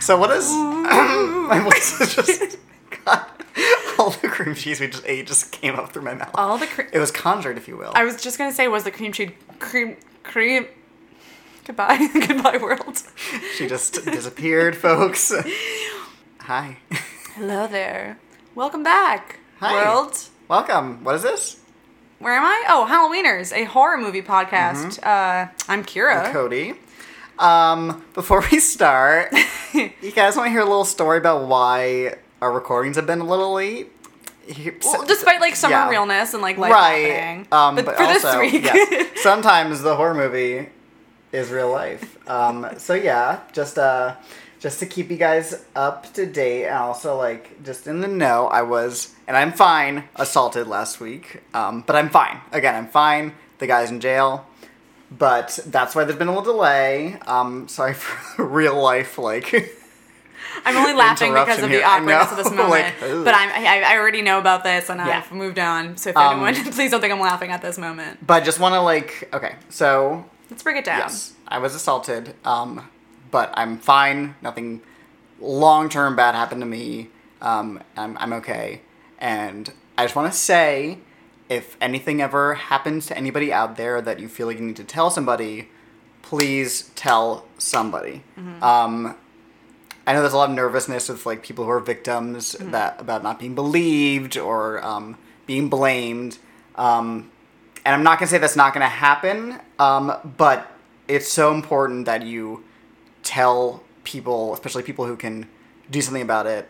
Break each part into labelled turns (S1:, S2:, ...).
S1: So what is my voice is just God. All the cream cheese we just ate just came up through my mouth.
S2: All the cream.
S1: it was conjured, if you will.
S2: I was just gonna say, was the cream cheese cream cream? Goodbye, goodbye world.
S1: she just disappeared, folks. Hi.
S2: Hello there. Welcome back,
S1: Hi.
S2: world.
S1: Welcome. What is this?
S2: Where am I? Oh, Halloweeners, a horror movie podcast. Uh, I'm Kira.
S1: Mm-hmm. Cody. Um, before we start, you guys want to hear a little story about why our recordings have been a little late? Here-
S2: Well, despite like summer
S1: yeah.
S2: realness and like life
S1: right.
S2: happening,
S1: Um,
S2: but,
S1: but,
S2: for
S1: also,
S2: this week,
S1: yes, sometimes the horror movie is real life. Um, so yeah, just uh, just to keep you guys up to date, and also like just in the know, I was and I'm fine. Assaulted last week, um, but I'm fine. Again, I'm fine. The guy's in jail. But that's why there's been a little delay. Um, sorry for real life, like
S2: I'm only laughing because
S1: interruption
S2: of
S1: here.
S2: the
S1: I
S2: awkwardness
S1: know,
S2: of this moment.
S1: like, ugh.
S2: but I'm, I, I already know about this, and
S1: Yeah.
S2: I've moved on. So if
S1: Um,
S2: anyone, please don't think I'm laughing at this moment.
S1: but just want to like okay. So
S2: Let's break it down.
S1: Yes, I was assaulted, um, but I'm fine. Nothing long term bad happened to me. Um, I'm, I'm okay. And I just want to say if anything ever happens to anybody out there that you feel like you need to tell somebody, please tell somebody. Um, I know there's a lot of nervousness with like people who are victims that about not being believed or um, being blamed. Um, and I'm not gonna say that's not gonna happen, um, but it's so important that you tell people, especially people who can do something about it,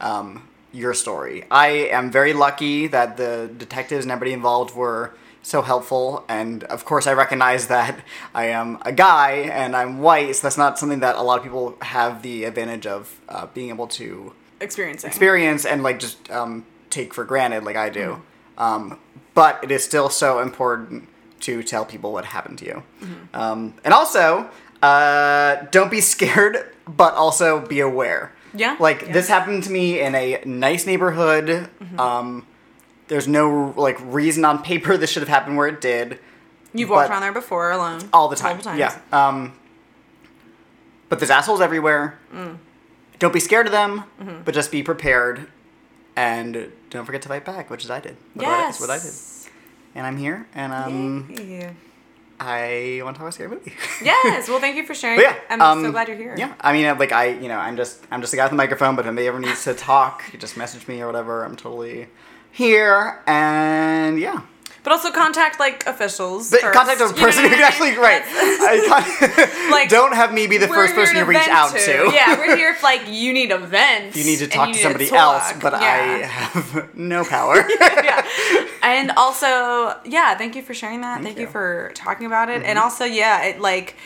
S1: um, your story. I am very lucky that the detectives and everybody involved were so helpful, and of course, I recognize that I am a guy and I'm white, so that's not something that a lot of people have the advantage of uh, being able to
S2: Experiencing.
S1: experience and like just um, take for granted like I do. Um, but it is still so important to tell people what happened to you.
S2: Mm-hmm.
S1: Um, and also, uh, don't be scared, but also be aware.
S2: Yeah,
S1: Like
S2: yeah. Mm-hmm.
S1: this happened to me in a nice neighborhood. Um, there's no like reason on paper this should have happened where it did
S2: You've walked
S1: but-
S2: around there before alone.
S1: all the time.
S2: Multiple times.
S1: Yeah. Um, but there's assholes everywhere.
S2: Mm.
S1: Don't be scared of them,
S2: Mm-hmm.
S1: but just be prepared, and don't forget to fight back, which is I did. What I,
S2: Yes.
S1: that's what I did, and I'm here, and um,
S2: Yay.
S1: I want to talk about scary movie.
S2: yes. Well, thank you for sharing.
S1: But yeah,
S2: I'm so
S1: um,
S2: glad you're here.
S1: Yeah, I mean, like I, you know, I'm just, I'm just a guy with a microphone. But if anybody ever needs to talk, you just message me or whatever. I'm totally here, and yeah.
S2: But also contact like officials.
S1: But
S2: first.
S1: contact the
S2: You know
S1: person
S2: what
S1: who
S2: I mean?
S1: actually right. I con-
S2: Like,
S1: don't have me be the
S2: We're
S1: first
S2: here
S1: person you reach
S2: vent
S1: out to.
S2: Yeah, we're here if like you need a vent.
S1: You need to
S2: and
S1: talk
S2: you
S1: to
S2: need
S1: somebody
S2: talk.
S1: else, but I
S2: yeah.
S1: have no power.
S2: yeah. And also, yeah, thank you for sharing that. Thank, you.
S1: you. Mm-hmm.
S2: for talking about it. And also, yeah, it like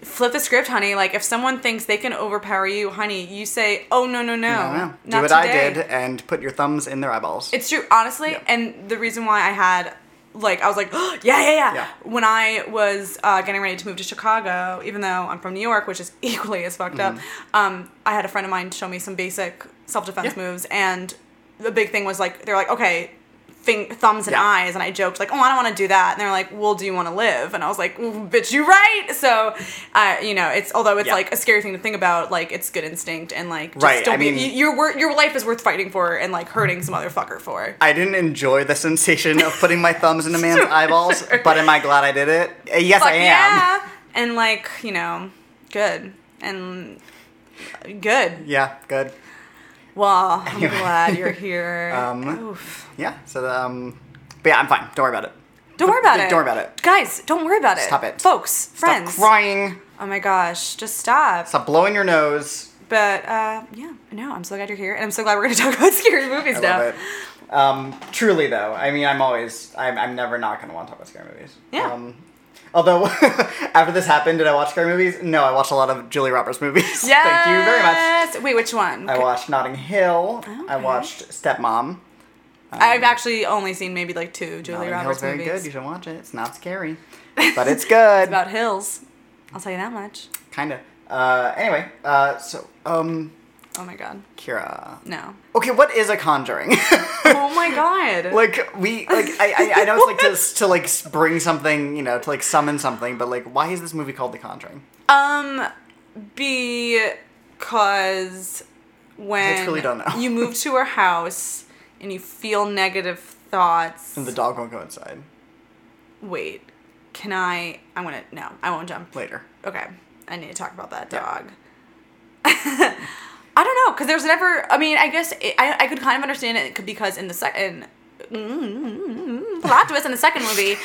S2: flip the script, honey. Like if someone thinks they can overpower you, honey, you say, "Oh no, no, no.
S1: I don't know.
S2: Not
S1: Do what
S2: today.
S1: I did and put your thumbs in their eyeballs.
S2: It's true, honestly. And the reason why I had, like, I was like, yeah, yeah, yeah,
S1: Yeah.
S2: When I was uh, getting ready to move to Chicago, even though I'm from New York, which is equally as fucked up, um, I had a friend of mine show me some basic self defense
S1: Mm-hmm. Yeah.
S2: moves. And the big thing was, like, they're like, okay. Thing, thumbs and
S1: Yeah.
S2: eyes, and I joked like, "Oh, I don't want to do that." And they're like, "Well, do you want to live?" And I was like, "Mm, "Bitch, you right." So, uh, you know, it's although it's
S1: Yeah.
S2: like a scary thing to think about, like it's good instinct and like just
S1: Right,
S2: Don't
S1: I
S2: be,
S1: mean-
S2: you- your wor- your life is worth fighting for and like hurting some other fucker for.
S1: I didn't enjoy the sensation of putting my thumbs in a man's eyeballs, but am I glad I did it? Uh, Yes, I
S2: Fuck
S1: am.
S2: yeah. And like, you know, good. And good.
S1: Yeah, good.
S2: Well,
S1: Anyway.
S2: I'm glad you're here.
S1: Um,
S2: Oof.
S1: Yeah, so, um, but yeah, I'm fine. Don't worry about it.
S2: Don't worry about it.
S1: Don't worry about it.
S2: Guys, don't worry about it.
S1: Stop it.
S2: Folks, friends.
S1: Stop crying.
S2: Oh my gosh, just stop.
S1: Stop blowing your nose.
S2: But uh, yeah, no, I'm so glad you're here. And I'm so glad we're going to talk about scary movies
S1: I
S2: now.
S1: love it. Um, truly, though, I mean, I'm always, I'm, I'm never not going to want to talk about scary movies.
S2: Yeah.
S1: Um, although, after this happened, did I watch scary movies? No, I watched a lot of Julie Roberts movies.
S2: Yes.
S1: Thank you very much.
S2: Wait, which one?
S1: I watched Notting Hill. I
S2: Okay.
S1: watched Stepmom.
S2: I've actually only seen maybe like two Julie
S1: Notting Hill's
S2: Roberts
S1: very
S2: movies.
S1: good. You should watch it. It's not scary, but it's good.
S2: about hills. I'll tell you that much.
S1: kind of. Uh, anyway, uh, so um,
S2: Oh my god.
S1: Kira.
S2: No.
S1: Okay, what is a conjuring?
S2: Oh my god.
S1: like we like I, I, I know it's like to s- to like s- bring something you know to like summon something, but like why is this movie called The Conjuring?
S2: um because Um, because when
S1: truly don't know.
S2: you move to her house and you feel negative thoughts.
S1: And the dog won't go inside
S2: Wait, can I? I'm gonna no, I won't jump.
S1: later.
S2: Okay, I need to talk about that
S1: Yeah.
S2: dog. I don't know, cause there's never. I mean, I guess it, I I could kind of understand it c- because in the second. Plot twist in the second movie,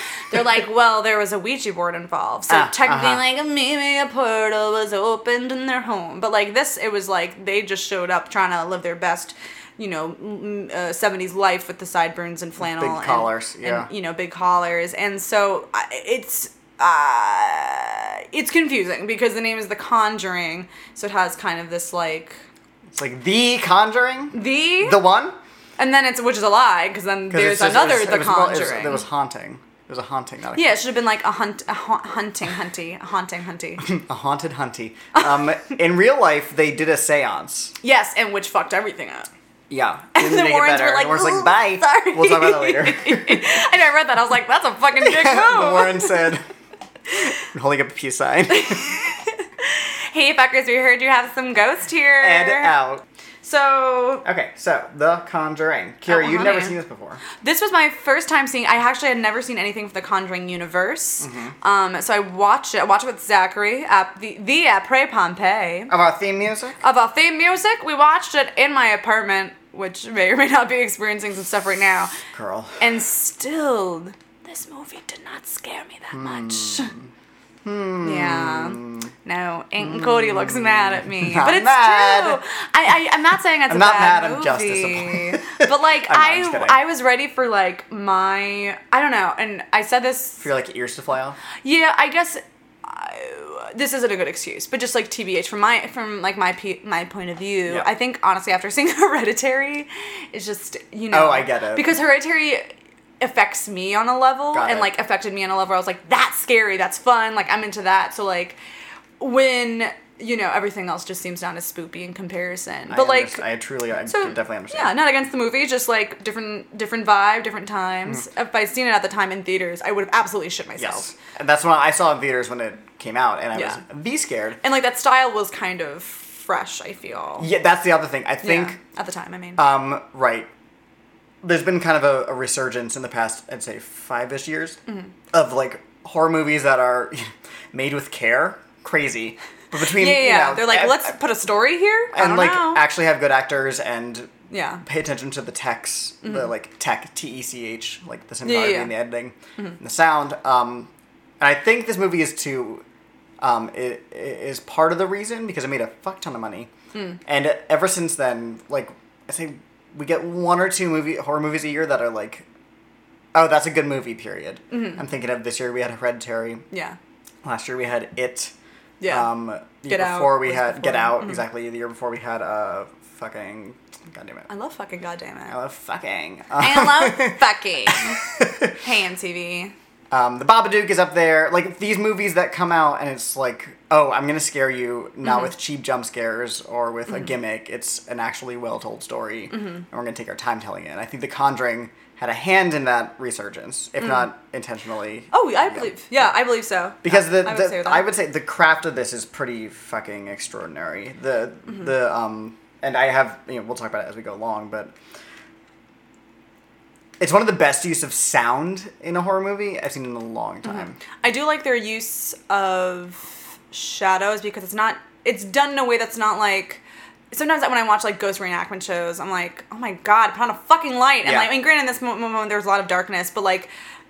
S2: they're like, well, there was a Ouija board involved, so
S1: Ah,
S2: technically,
S1: uh-huh.
S2: like maybe a portal was opened in their home, but like this, it was like they just showed up trying to live their best, you know, mm, uh, '70s life with the sideburns and flannel, and-
S1: collars,
S2: and,
S1: yeah.
S2: you know, big collars, and so I- it's uh, it's confusing because the name is The Conjuring, so it has kind of this like
S1: It's like the Conjuring,
S2: the,
S1: the one.
S2: and then it's which is a lie because then
S1: 'Cause
S2: there's
S1: it's just- it
S2: another
S1: was- it
S2: The
S1: was- well, it was-
S2: Conjuring.
S1: There was haunting. There's a haunting, not a,
S2: yeah, it should have been like a hunt, a ha- hunting, hunty, a haunting, hunty.
S1: a haunted hunty. Um, in real life, they did a séance.
S2: yes, and which fucked everything up.
S1: Yeah,
S2: And the Warrens were like,
S1: Warren's like,
S2: "Ooh,
S1: bye.
S2: sorry."
S1: We'll talk about that later.
S2: I know I read that. I was like, that's a fucking big
S1: the
S2: move.
S1: Warren said, holding up a peace sign,
S2: hey fuckers, we heard you have some ghost here.
S1: and out.
S2: So
S1: Okay, so The Conjuring. Kira,
S2: Oh,
S1: you've never
S2: honey.
S1: seen this before.
S2: This was my first time seeing. I actually had never seen anything from the Conjuring universe. Um, so I watched it. I watched it with Zachary at the the Après Pompeii.
S1: Of our theme music?
S2: Of our theme music, we watched it in my apartment, which may or may not be experiencing some stuff right now.
S1: Girl.
S2: And still, this movie did not scare me that much.
S1: Hmm.
S2: Yeah. No, Aunt Cody looks mad at me,
S1: Not
S2: but it's
S1: Hmm. mad.
S2: true. I, I I'm not saying it's
S1: I'm
S2: a
S1: not mad,
S2: bad
S1: I'm
S2: movie,
S1: just disappointed.
S2: but like
S1: I'm not, I'm just
S2: I
S1: kidding.
S2: I was ready for like my I don't know, and I said this.
S1: For your like ears to fly off?
S2: Yeah, I guess I, this isn't a good excuse, but just like TBH from my from like my p- my point of view,
S1: Yeah.
S2: I think honestly after seeing Hereditary, it's just you know.
S1: Oh, I get it.
S2: Because Hereditary affects me on a level
S1: Got
S2: and
S1: it.
S2: like affected me on a level where I was like that's scary, that's fun, like I'm into that. So like when you know everything else just seems not as spoopy in comparison. But
S1: I
S2: like
S1: underst- I truly, I
S2: so,
S1: can definitely
S2: Yeah,
S1: understand.
S2: not against the movie, just like different different vibe, different times. If I'd seen it at the time in theaters, I would have absolutely shit myself.
S1: Mm-hmm. Yes. And that's when I saw it in theaters when it came out, and I
S2: Yeah.
S1: was be scared.
S2: And like that style was kind of fresh, I feel.
S1: Yeah, that's the other thing. I think,
S2: Yeah, at the time, I mean.
S1: um, right. There's been kind of a, a resurgence in the past, I'd say, five ish years
S2: Mm-hmm.
S1: of like horror movies that are made with care. Crazy. But between,
S2: yeah, yeah.
S1: you
S2: yeah.
S1: know,
S2: They're like,
S1: a-
S2: let's put a story here. I
S1: and
S2: don't
S1: like
S2: know.
S1: actually have good actors and
S2: yeah.
S1: pay attention to the text, the like tech T E C H, like the cinematography
S2: Mm-hmm. yeah, yeah. Mm-hmm.
S1: and the editing, and the sound. Um, and I think this movie is to um, it, it is part of the reason because it made a fuck ton of money,
S2: Mm.
S1: and ever since then, like I say, we get one or two movie horror movies a year that are like. Oh, that's a good movie. Period.
S2: Mm-hmm.
S1: I'm thinking of this year we had Hereditary.
S2: Yeah.
S1: Last year we had It.
S2: Yeah.
S1: Um, the year
S2: Get Out
S1: before we
S2: was
S1: had Get
S2: before. Mm-hmm.
S1: Out, exactly. The year before we had uh fucking goddamn it.
S2: I love fucking goddamn it.
S1: I love fucking. uh,
S2: I love fucking. hey MTV.
S1: Um, the Babadook is up there. Like these movies that come out and it's like, oh, I'm gonna scare you not with cheap jump scares or with a gimmick. It's an actually well told story, and we're gonna take our time telling it. And I think The Conjuring had a hand in that resurgence, if not intentionally.
S2: Oh, I believe. Yeah, I believe so.
S1: Because the,
S2: I would
S1: the-
S2: say that.
S1: I would say the craft of this is pretty fucking extraordinary. The
S2: Mm-hmm.
S1: the um and I have you know we'll talk about it as we go along, but it's one of the best use of sound in a horror movie I've seen in a long
S2: Mm-hmm.
S1: time.
S2: I do like their use of shadows because it's not it's done in a way that's not like sometimes when I watch like ghost reenactment shows, I'm like, oh my god, put on a fucking light. And
S1: Yeah.
S2: like, I mean, granted, in this mo- moment there's a lot of darkness, but like.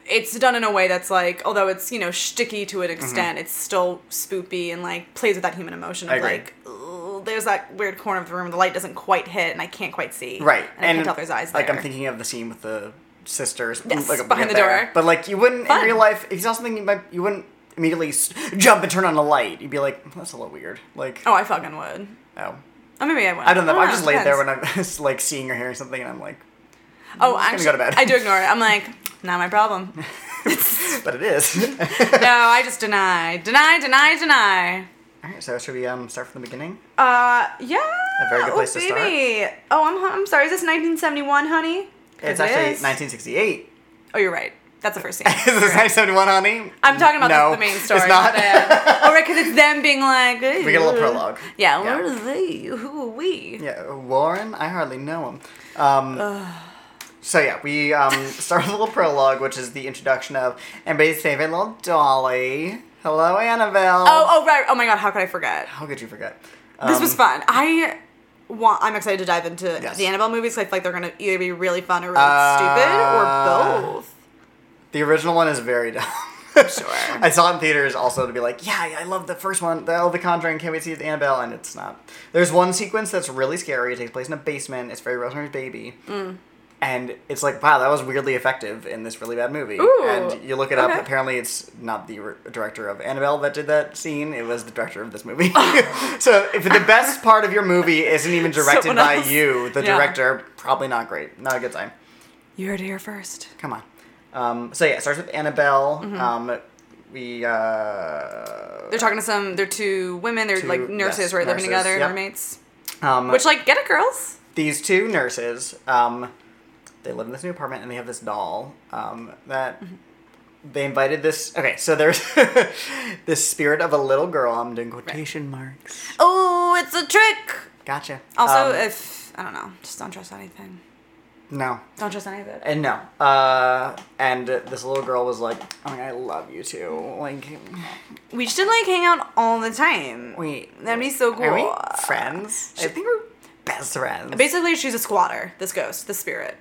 S2: It's done in a way that's like, although it's you know sticky to
S1: Mm-hmm.
S2: an extent, it's still spoopy and like plays with that human emotion
S1: I
S2: of
S1: agree.
S2: like, "Ooh, there's that weird corner of the room the light doesn't quite hit and I can't quite see,
S1: Right.
S2: And, I can tell there's eyes.
S1: Like
S2: there.
S1: I'm thinking of the scene with the sisters
S2: Yes,
S1: like, we'll
S2: behind
S1: get
S2: the
S1: there.
S2: door.
S1: But like you wouldn't
S2: Fun.
S1: in real life it's not something you might you wouldn't immediately s- jump and turn on a light. You'd be like, "Hmm, that's a little weird. Like
S2: oh, I fucking would.
S1: oh.
S2: Oh, maybe I would.
S1: I don't know. I'm
S2: know,
S1: just laid there
S2: depends.
S1: when I'm just, like seeing or hearing something, and I'm like, just
S2: Oh,
S1: gonna
S2: actually,
S1: go to bed.
S2: I do ignore it. I'm like, not my problem.
S1: but it is.
S2: no, I just deny, deny, deny, deny.
S1: All right, so should we um start from the beginning?
S2: Uh, yeah.
S1: A very good place
S2: oh,
S1: to start.
S2: baby. Oh, I'm, I'm sorry. Is this 1971, honey?
S1: It's
S2: It
S1: actually
S2: is.
S1: 1968.
S2: Oh, you're right. That's the first scene.
S1: Is this 971 Honey?
S2: I'm talking about
S1: No,
S2: the, the main story.
S1: It's not.
S2: because it's them being like.
S1: we get a little
S2: "Ugh."
S1: prologue.
S2: Yeah, where are they? Who are we?
S1: Yeah, Warren, I hardly know him. Um, so yeah, we um, start with a little prologue, which is the introduction of and Everybody's favorite little Dolly. Hello, Annabelle.
S2: Oh, oh right. Oh my god, how could I forget?
S1: How could you forget?
S2: this
S1: Um,
S2: was fun. I want. I'm excited to dive into
S1: Yes.
S2: the Annabelle movies. 'cause I feel like they're gonna either be really fun or really
S1: Uh,
S2: stupid or both.
S1: The original one is very dumb.
S2: Sure.
S1: I saw it in theaters also to be like, yeah, I love the first one, the oh, The Conjuring, can't wait to see the Annabelle, and it's not. There's one sequence that's really scary. It takes place in a basement. It's very Rosemary's Baby.
S2: Mm.
S1: And it's like, wow, that was weirdly effective in this really bad movie.
S2: Ooh,
S1: and you look it up.
S2: okay.
S1: Apparently, it's not the r- director of Annabelle that did that scene. It was the director of this movie. so, if the best part of your movie isn't even directed
S2: Someone
S1: by
S2: else.
S1: you, the
S2: Yeah.
S1: director, probably not great. Not a good sign.
S2: You heard it here first.
S1: Come on. Um, so yeah, it starts with Annabelle.
S2: Mm-hmm.
S1: Um, we uh,
S2: They're talking to some. They're two women. They're
S1: Two-
S2: like nurses,
S1: yes,
S2: right?
S1: nurses,
S2: Living together,
S1: yep.
S2: roommates.
S1: um,
S2: Which like, get it, girls.
S1: these two nurses. Um, they live in this new apartment and they have this doll um, that they invited this. Okay, so there's this spirit of a little girl. I'm doing quotation marks.
S2: Oh, it's a trick.
S1: Gotcha.
S2: Also,
S1: Um,
S2: if I don't know, just don't trust anything.
S1: no,
S2: Don't trust any of it.
S1: And no. Uh, and this little girl was like, "Oh my god, I love you too." Like,
S2: We should like hang out all the time.
S1: wait,
S2: That'd be so
S1: Are we
S2: cool.
S1: friends? I think we're best friends.
S2: Basically, she's a squatter. This ghost, this spirit,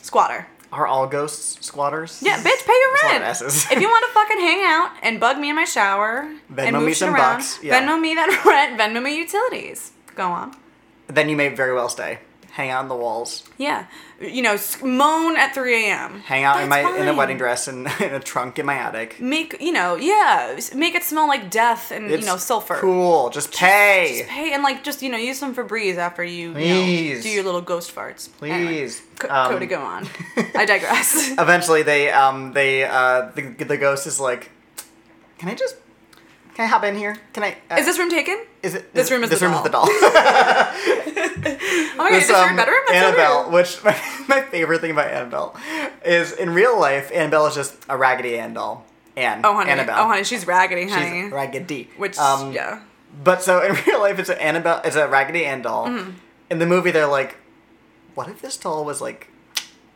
S2: squatter.
S1: Are all ghosts squatters?
S2: Yeah, bitch, pay your
S1: That's a lot of
S2: rent.
S1: S's.
S2: if you want to fucking hang out and bug me in my shower
S1: Venmo
S2: and
S1: me
S2: move shit
S1: some
S2: around,
S1: bucks, yeah.
S2: Venmo me that rent, Venmo me utilities. Go on.
S1: Then you may very well stay. Hang out on the walls.
S2: Yeah, you know, s- moan at 3 a.m.
S1: Hang out in my
S2: That's
S1: in a
S2: fine.
S1: wedding dress and in a trunk in my attic.
S2: Make you know, yeah, s- make it smell like death and
S1: It's
S2: you know sulfur.
S1: Cool. Just pay.
S2: Just pay and like just you know use some Febreze after you, you know,
S1: Please.
S2: do your little ghost farts. Anyway,
S1: Please.
S2: Co-
S1: Um,
S2: Cody, go on. I digress.
S1: Eventually, they um they uh the, the ghost is like, can I just can I hop in here? Can I? Uh,
S2: is this room taken?
S1: is it
S2: this room is
S1: this
S2: the
S1: room is the doll?
S2: Oh my god, is
S1: This,
S2: this your
S1: um,
S2: bedroom? That's your
S1: Annabelle,
S2: room.
S1: which my, my favorite thing about Annabelle is in real life, Annabelle is just a raggedy Ann doll. Anne.
S2: Oh honey,
S1: Annabelle.
S2: oh honey, she's raggedy,
S1: She's
S2: honey.
S1: raggedy.
S2: Which
S1: Um,
S2: yeah.
S1: But so in real life, it's an Annabelle, it's a Raggedy Ann doll.
S2: Mm-hmm.
S1: In the movie, they're like, what if this doll was like,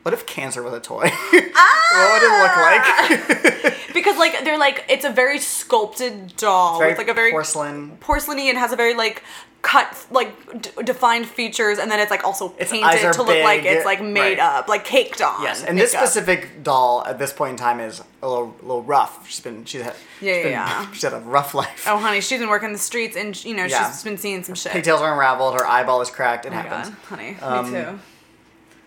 S1: what if cancer was a toy?
S2: Ah!
S1: what would it look like?
S2: Because like they're like it's a very sculpted doll with like a very
S1: porcelain.
S2: porcelainy and has a very like cut like d- defined features and then it's like also
S1: Its eyes
S2: painted
S1: are
S2: to look like
S1: big,
S2: it's like
S1: right.
S2: made up, like caked on.
S1: Yes, and this
S2: makeup.
S1: specific doll at this point in time is a little, little rough. She's been, she's had,
S2: Yeah,
S1: she's been-
S2: yeah.
S1: she's had a rough life.
S2: Oh honey, she's been working the streets and you know
S1: Yeah.
S2: she's been seeing some shit.
S1: Pigtails are unraveled. Her eyeball is cracked. It
S2: Oh my
S1: happens.
S2: god, honey,
S1: Um,
S2: me too.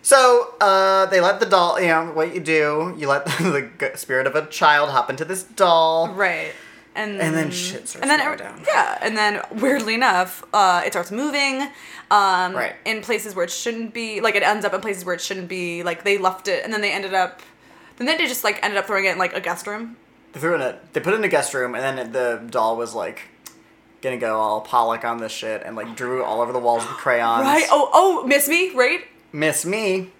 S1: So uh, they let the doll. You know what you do? You let the g- spirit of a child hop into this doll.
S2: Right. And,
S1: And then shit starts
S2: Mm-hmm. and then er
S1: going
S2: it-
S1: down.
S2: Yeah, and then weirdly enough, uh, it starts moving um,
S1: Right.
S2: in places where it shouldn't be. Like it ends up in places where it shouldn't be. Like they left it, and then they ended up. Then they just like ended up throwing it in like a guest room.
S1: They threw it in a. They put it in a guest room, and then the doll was like, gonna go all Pollock on this shit, and like drew all over the walls with crayons.
S2: Right. Oh, oh, miss me, right?
S1: Miss me.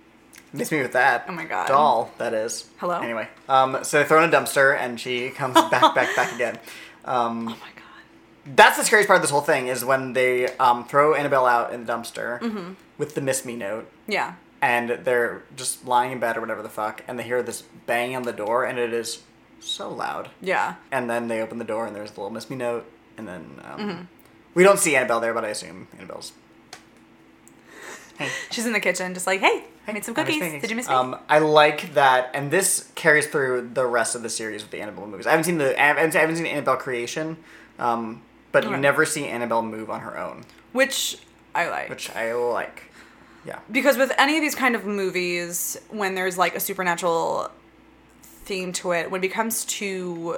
S1: Miss me with that.
S2: Oh my God.
S1: Doll, that is.
S2: Hello?
S1: Anyway, um, so they throw in a dumpster, and she comes back, back, back again. Um,
S2: Oh my god.
S1: That's the scariest part of this whole thing is when they um, throw Annabelle out in the dumpster
S2: Mm-hmm.
S1: with the miss me note,
S2: Yeah.
S1: and they're just lying in bed or whatever the fuck, and they hear this bang on the door, and it is so loud.
S2: Yeah.
S1: And then they open the door, and there's the little miss me note, and then um,
S2: Mm-hmm.
S1: we don't see Annabelle there, but I assume Annabelle's.
S2: She's in the kitchen, just like, hey, I made some
S1: I miss
S2: cookies. Did you miss me?
S1: Um, I like that, and this carries through the rest of the series with the Annabelle movies. I haven't seen the I haven't, I haven't seen Annabelle creation, um, but you
S2: Okay.
S1: never see Annabelle move on her own.
S2: Which I like.
S1: which I like. Yeah.
S2: because with any of these kind of movies when there's like a supernatural theme to it when it becomes too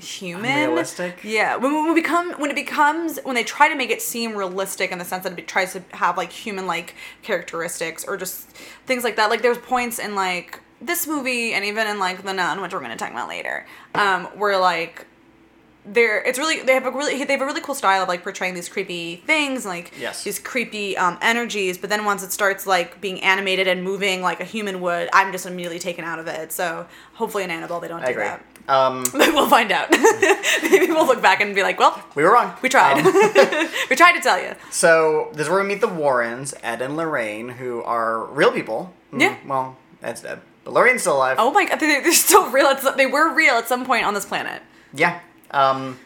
S2: human
S1: Unrealistic?
S2: yeah when, when we become when it becomes when they try to make it seem realistic in the sense that it tries to have like human like characteristics or just things like that like there's points in like this movie and even in like the nun which we're going to talk about later um where like they're it's really they have a really they have a really cool style of like portraying these creepy things like
S1: Yes.
S2: these creepy um, energies but then once it starts like being animated and moving like a human would i'm just immediately taken out of it so hopefully in annabelle they don't
S1: I
S2: do
S1: agree.
S2: that
S1: Um,
S2: we'll find out maybe we'll look back and be like well
S1: we were wrong.
S2: we
S1: Um,
S2: tried we tried to tell you
S1: so this is where we meet the Warrens, Ed and Lorraine, who are real people. Mm,
S2: Yeah.
S1: Well, Ed's dead, but Lorraine's still alive.
S2: oh my god they, they're still real at some, they were real at some point on this planet
S1: Yeah. Um,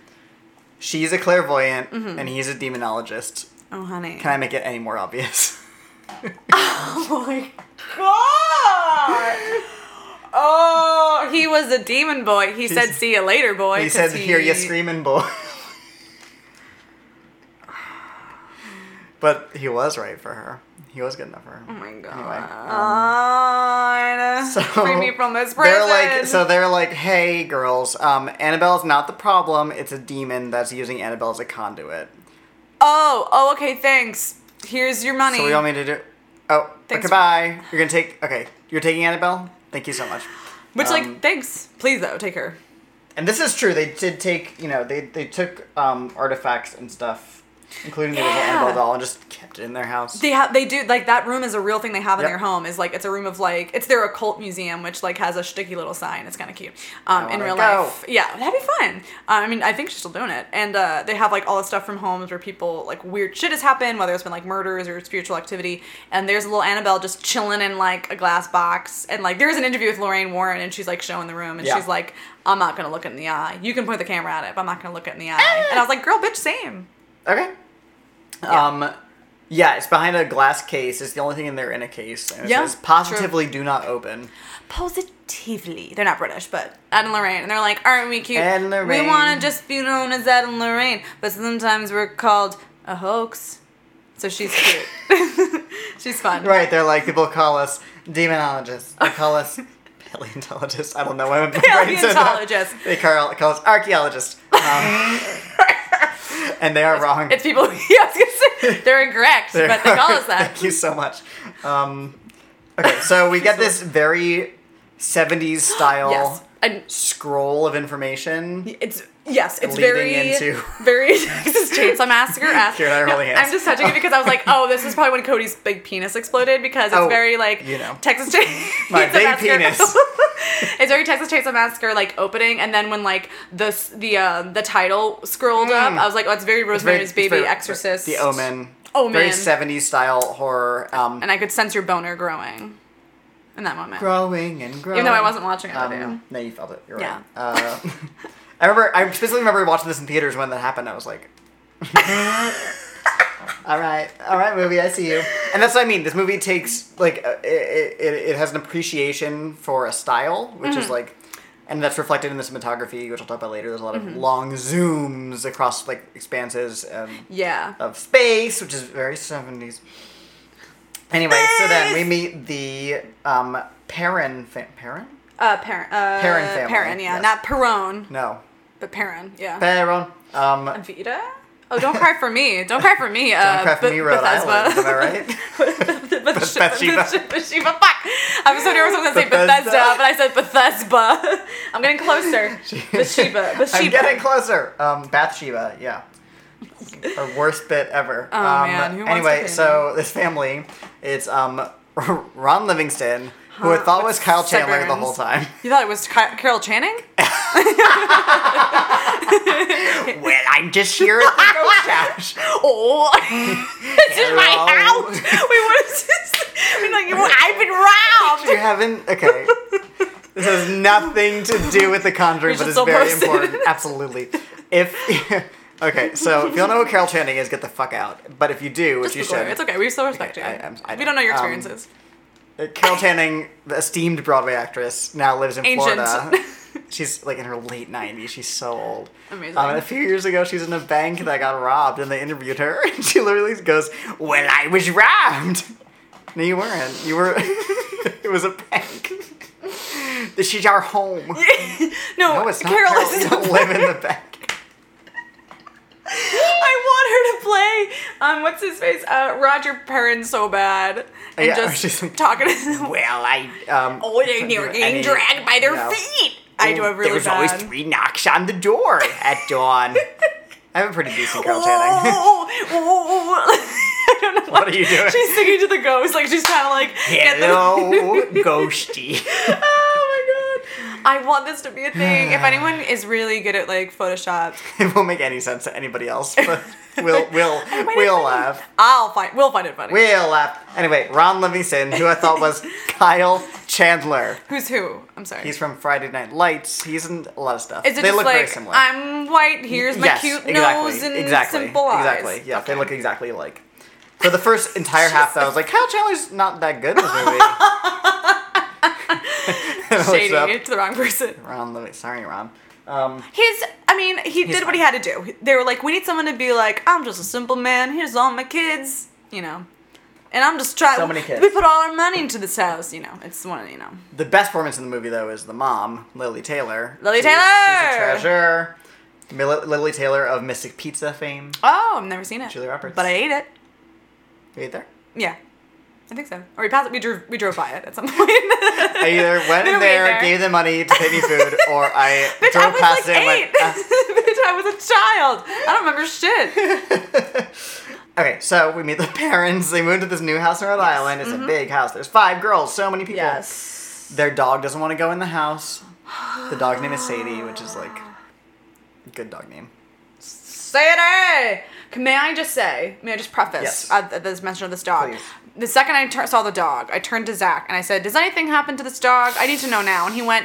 S1: she's a clairvoyant,
S2: Mm-hmm.
S1: and he's a demonologist.
S2: oh honey
S1: Can I make it any more obvious?
S2: Oh my god! Oh, he was a demon boy. He said, "See you later, boy."
S1: he
S2: 'cause
S1: said, "Hear you screaming, boy." but he was right for her. He was good enough for her.
S2: Oh my god!
S1: um, So
S2: Free me from this prison.
S1: they're like, so they're like, hey girls, um, Annabelle's not the problem. It's a demon that's using Annabelle as a conduit.
S2: oh, oh, okay. Thanks. Here's your money.
S1: So we all need to do. Oh,
S2: Thanks.
S1: goodbye. You're gonna take. Okay, you're taking Annabelle. Thank you so much.
S2: Which,
S1: um,
S2: like, thanks. Please though, take her.
S1: And this is true. They did take, you know, they they took um, artifacts and stuff, including the little
S2: Yeah.
S1: Annabelle doll, and just kept it in their house.
S2: They have, they do like that room is a real thing they have in
S1: Yep.
S2: their home. Is like it's a room of like it's their occult museum, which like has a shticky little sign. It's kind of cute. Um, in
S1: wanna
S2: real
S1: Oh, go.
S2: life, yeah, that'd be fun. Uh, I mean, I think she's still doing it, and uh, they have like all the stuff from homes where people like weird shit has happened, whether it's been like murders or spiritual activity. And there's a little Annabelle just chilling in like a glass box, and like there's an interview with Lorraine Warren, and she's like showing the room, and
S1: Yeah.
S2: she's like, "I'm not gonna look it in the eye. You can point the camera at it, but I'm not gonna look it in the
S1: Ah.
S2: eye." And I was like, "Girl, bitch, same."
S1: Okay. Um, yeah, it's behind a glass case. It's the only thing in there in a case, and it
S2: Yeah,
S1: says positively do not open.
S2: positively. They're not British, but Ed and Lorraine, and they're like, "Aren't we cute?
S1: Ed and Lorraine.
S2: We want to just be known as Ed and Lorraine, but sometimes we're called a hoax." So she's cute. she's fun.
S1: Right, they're like people call us demonologists. They call us paleontologists. I don't know why my brain said that.
S2: Paleontologists.
S1: They call, call us archaeologists. Um, and they are wrong.
S2: It's people. yeah, I was gonna say, they're incorrect,
S1: They
S2: but they call
S1: are.
S2: us that.
S1: Thank you so much. Um, okay, so we get this very 70s style
S2: Yes, and
S1: scroll of information.
S2: it's yes, it's
S1: Leading
S2: very
S1: into-
S2: very Texas Chainsaw Massacre. esque.
S1: Here, I really am.
S2: I'm just touching it because I was like, oh, this is probably when Cody's big penis exploded because it's
S1: Oh,
S2: very like
S1: you know.
S2: Texas Chain-
S1: My
S2: Chainsaw
S1: big
S2: Massacre.
S1: penis.
S2: it's very Texas Chainsaw Massacre like opening, and then when like the s- the uh, the title scrolled up,
S1: Mm.
S2: I was like, oh, it's very
S1: Very-
S2: Rosemary's
S1: it's
S2: Baby,
S1: very- uh,
S2: Exorcist,
S1: The Omen.
S2: Omen.
S1: Very 70s style horror. Um,
S2: and I could sense your boner growing in that moment.
S1: growing and growing.
S2: though I wasn't watching it with you.
S1: Um, No, you felt it. You're
S2: Yeah.
S1: right. Uh, I remember. I specifically remember watching this in theaters when that happened. I was like, "All right, all right, movie, I see you." And that's what I mean. This movie takes like uh, it, it, it has an appreciation for a style, which is like. And that's reflected in the cinematography, which I'll talk about later. There's a lot of long zooms across like expanses um,
S2: Yeah.
S1: of space, which is very 70s. Anyway, so then we meet the um, Perrin fam- Perrin?
S2: Uh, parent. Uh,
S1: Perrin family,
S2: Perrin, yeah,
S1: yes.
S2: not Perone,
S1: No.
S2: but Perrin, yeah.
S1: Perrin. Um,
S2: Vita? Oh, don't cry for me. Don't cry for me.
S1: Don't
S2: Uh,
S1: Cry For
S2: Be-
S1: Me, Rhode
S2: Bethesda.
S1: Island, am I right?
S2: Beth- Beth-
S1: Bathsheba.
S2: Beth- Bathsheba, fuck. I was so nervous I was going to say
S1: Bethesda.
S2: Bethesda, but I said Bethesda. I'm getting closer. Bathsheba. Bathsheba.
S1: I'm getting closer. Um, Bathsheba, yeah. Our worst bit ever.
S2: Oh,
S1: um,
S2: man, who wants
S1: anyway,
S2: to pay
S1: so this family, it's um, Ron Livingston, who I
S2: Huh,
S1: thought was
S2: with
S1: Kyle Chandler the
S2: sideburns.
S1: whole time.
S2: you thought it was Ki- Carol Channing?
S1: well, I'm just here at the ghost house.
S2: Oh, this is my
S1: Carol.
S2: house. Wait, what is this? I mean, like, well, I've been robbed.
S1: You haven't? Okay. This has nothing to do with the conjuring,
S2: We
S1: but it's
S2: should still
S1: very
S2: post it.
S1: important. Absolutely. If okay, so if you don't know who Carol Channing is, get the fuck out. But if you do, which
S2: Just
S1: you
S2: Google
S1: should,
S2: her. It's okay. We still respect
S1: Okay,
S2: you.
S1: I- I'm- I
S2: we
S1: know.
S2: don't know your
S1: Um,
S2: experiences.
S1: Uh, Carol Channing, the esteemed Broadway actress, now lives in
S2: Ancient.
S1: Florida. She's like in her late 90s. She's so old.
S2: Amazing.
S1: Um, and a few years ago, she was in a bank that got robbed, and they interviewed her, and she literally goes, "Well, I was robbed." No, you weren't. You were. it was a bank. This is our home.
S2: no,
S1: No, it's not.
S2: Carol
S1: Carol
S2: is
S1: doesn't live in the bank.
S2: I want her to play. Um, what's his face? Uh, Roger Perrin so bad, and
S1: Yeah,
S2: just
S1: she's like-
S2: talking to them.
S1: Well, I. Um,
S2: Oh, they're
S1: do
S2: getting
S1: any-
S2: dragged by their
S1: no.
S2: feet. I do have really
S1: there was
S2: bad.
S1: always three knocks on the door at dawn. I have a pretty decent
S2: Whoa,
S1: girl tanning.
S2: whoa, whoa. I don't know.
S1: What are you doing?
S2: She's singing to the ghost, like she's trying to like get the-
S1: Hello, ghosty.
S2: oh my god! I want this to be a thing. if anyone is really good at like Photoshop,
S1: it won't make any sense to anybody else, but we'll we'll
S2: Wait,
S1: we'll
S2: wait.
S1: laugh.
S2: I'll find. We'll find it funny.
S1: We'll laugh. Anyway, Ron Livingston, who I thought was Kyle Chandler.
S2: Who's who? I'm sorry.
S1: He's from Friday Night Lights. He's in a lot of stuff.
S2: is it
S1: they
S2: just
S1: look very
S2: like
S1: similar.
S2: I'm white? Here's my
S1: Yes,
S2: cute
S1: exactly,
S2: nose and
S1: exactly,
S2: simple eyes.
S1: Exactly. Yeah, they look exactly alike. For the first entire half, though, I was like, Kyle Chandler's not that good in this movie. And I looked
S2: Shady
S1: up.
S2: to the wrong person.
S1: Ron Livingston. Sorry, Ron. Um,
S2: His, I mean, he did what he had to do. They were like, we need someone to be like, I'm just a simple man. Here's all my kids, you know, and I'm just trying.
S1: So many kids.
S2: We put all our money into this house, you know. It's one, of you know.
S1: the best performance in the movie, though, is the mom, Lily Taylor.
S2: Lily
S1: She's- She's a
S2: Taylor!
S1: treasure. Mil- Lily Taylor of Mystic Pizza fame.
S2: Oh, I've never seen it.
S1: Julia Roberts.
S2: But I ate it.
S1: You ate there?
S2: Yeah, I think so. Or we passed. We drove. We drove by it at some point. Bitch,
S1: I either went in
S2: Then we ate
S1: there,
S2: there.
S1: gave them money to pay me food, or I
S2: I
S1: drove
S2: was
S1: past
S2: like
S1: it and
S2: eight.
S1: went, "Ah."
S2: Bitch, I was a child. I don't remember shit.
S1: Okay, so we meet the parents. They moved to this new house in Rhode Island. It's a big house. There's five girls, so many people.
S2: Mm-hmm. Yes.
S1: Their dog doesn't want to go in the house. The dog's name is Sadie, which is like a good dog name.
S2: Say it, eh? May I just say, may I just preface
S1: Yes.
S2: uh, th- this mention of this dog?
S1: Please.
S2: The second I tur- saw the dog, I turned to Zach and I said, Does anything happen to this dog? I need to know now. And he went,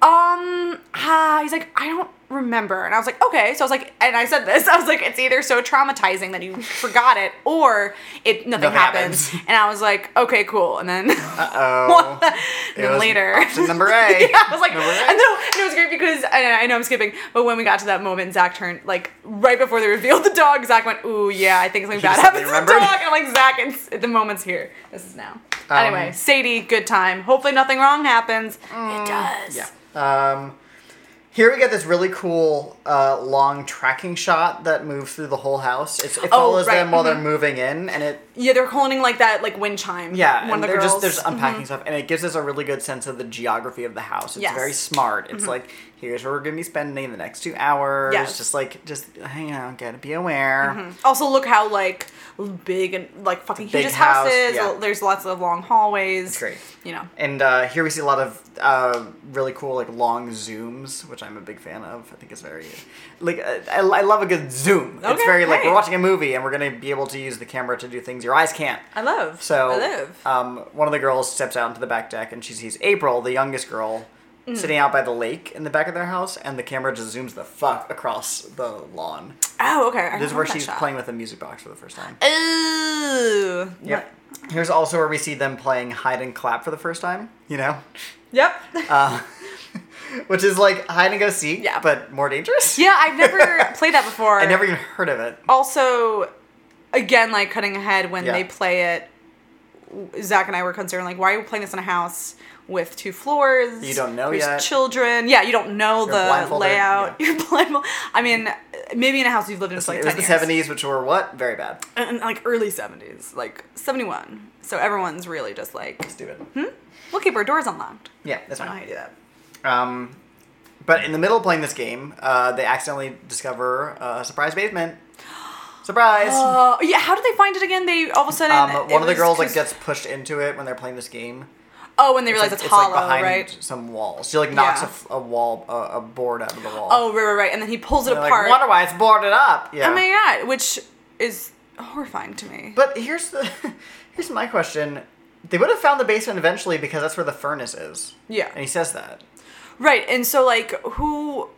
S2: Um, ah, he's like, I don't remember. And I was like, Okay. So I was like, and I said this, I was like, It's either so traumatizing that you forgot it or it nothing
S1: Nothing
S2: happens.
S1: happens.
S2: And I was like, Okay, cool. And then,
S1: Oh,
S2: then later.
S1: Option number A.
S2: yeah, I was like,
S1: Number A.
S2: and, no, and it was great because and I know I'm skipping, but when we got to that moment, Zach turned like right before they revealed the dog. Zach went, "Ooh, yeah, I think something bad
S1: just
S2: happened to the dog."
S1: remembered.
S2: And I'm like, "Zach, it's the moment's here. This is now."
S1: Um,
S2: anyway, Sadie, good time. Hopefully, nothing wrong happens. it does.
S1: Mm, Yeah. Um, here we get this really cool uh, long tracking shot that moves through the whole house. It's, it follows
S2: right,
S1: them while
S2: mhm.
S1: they're moving in, and it
S2: Yeah, they're holding like that like wind chime.
S1: Yeah, and
S2: one of the
S1: they're
S2: girls. Mm-hmm.
S1: just there's unpacking stuff, and it gives us a really good sense of the geography of the house. It's
S2: Yes. Mm-hmm.
S1: very smart. It's like here's where we're gonna be spending the next two hours.
S2: Yes. Mm-hmm.
S1: Just like just hang out, get be aware.
S2: Mm. also, look how like big and like fucking
S1: Big
S2: huge this house,
S1: house,
S2: is.
S1: yeah.
S2: There's lots of long hallways. It's
S1: great.
S2: You know.
S1: And uh, here we see a lot of uh, really cool like long zooms, which I'm a big fan of. I think it's very like uh, I, I love a good zoom. it's
S2: Okay,
S1: very like we're
S2: great.
S1: watching a movie and we're gonna be able to use the camera to do things your eyes can't.
S2: I love.
S1: So
S2: I live.
S1: Um, one of the girls steps out into the back deck and she sees April, the youngest girl,
S2: Mm.
S1: sitting out by the lake in the back of their house, and the camera just zooms the fuck across the lawn.
S2: Oh, okay. I
S1: This is where
S2: remember that
S1: she's
S2: shot.
S1: playing with a music box for the first time.
S2: Ooh.
S1: Yep. Here's also where we see them playing hide and clap for the first time. You know,
S2: Yep.
S1: uh, which is like hide and go seek,
S2: Yeah.
S1: but more dangerous.
S2: yeah, I've never played that before.
S1: I never even heard of it.
S2: Also, again, like cutting ahead when
S1: Yeah.
S2: they play it. Zach and I were concerned, like, why are you playing this in a house with two floors?
S1: You don't know
S2: There's
S1: yet.
S2: Children, yeah, you don't know the
S1: blindfolded,
S2: layout.
S1: yeah.
S2: You're blindfolded. I mean, maybe in a house you've lived in for like
S1: it was
S2: ten
S1: the
S2: years.
S1: '70s, which were what? Very bad.
S2: and, like early seventies, like seventy one. So everyone's really just like,
S1: Stupid.
S2: we'll keep our doors unlocked.
S1: Yeah, that's
S2: I
S1: fine.
S2: don't know how you do that.
S1: Um, but in the middle of playing this game, uh, they accidentally discover a surprise basement. Surprise!
S2: Oh yeah, how did they find it again? They all of a sudden
S1: um,
S2: it
S1: one of the
S2: was
S1: girls like
S2: 'cause-
S1: gets pushed into it when they're playing this game.
S2: Oh, when they realize
S1: like,
S2: it's, hollow,
S1: like behind
S2: right?
S1: some wall. She like knocks a
S2: Yeah.
S1: f a a, wall, a, a board out of the wall.
S2: Oh, right, right, right. And then he pulls it
S1: They're
S2: apart.
S1: like, wonder why it's boarded up. Yeah.
S2: Oh my god, which is horrifying to me.
S1: but here's the here's my question. They would have found the basement eventually because that's where the furnace is.
S2: Yeah.
S1: And he says that.
S2: right, and so like who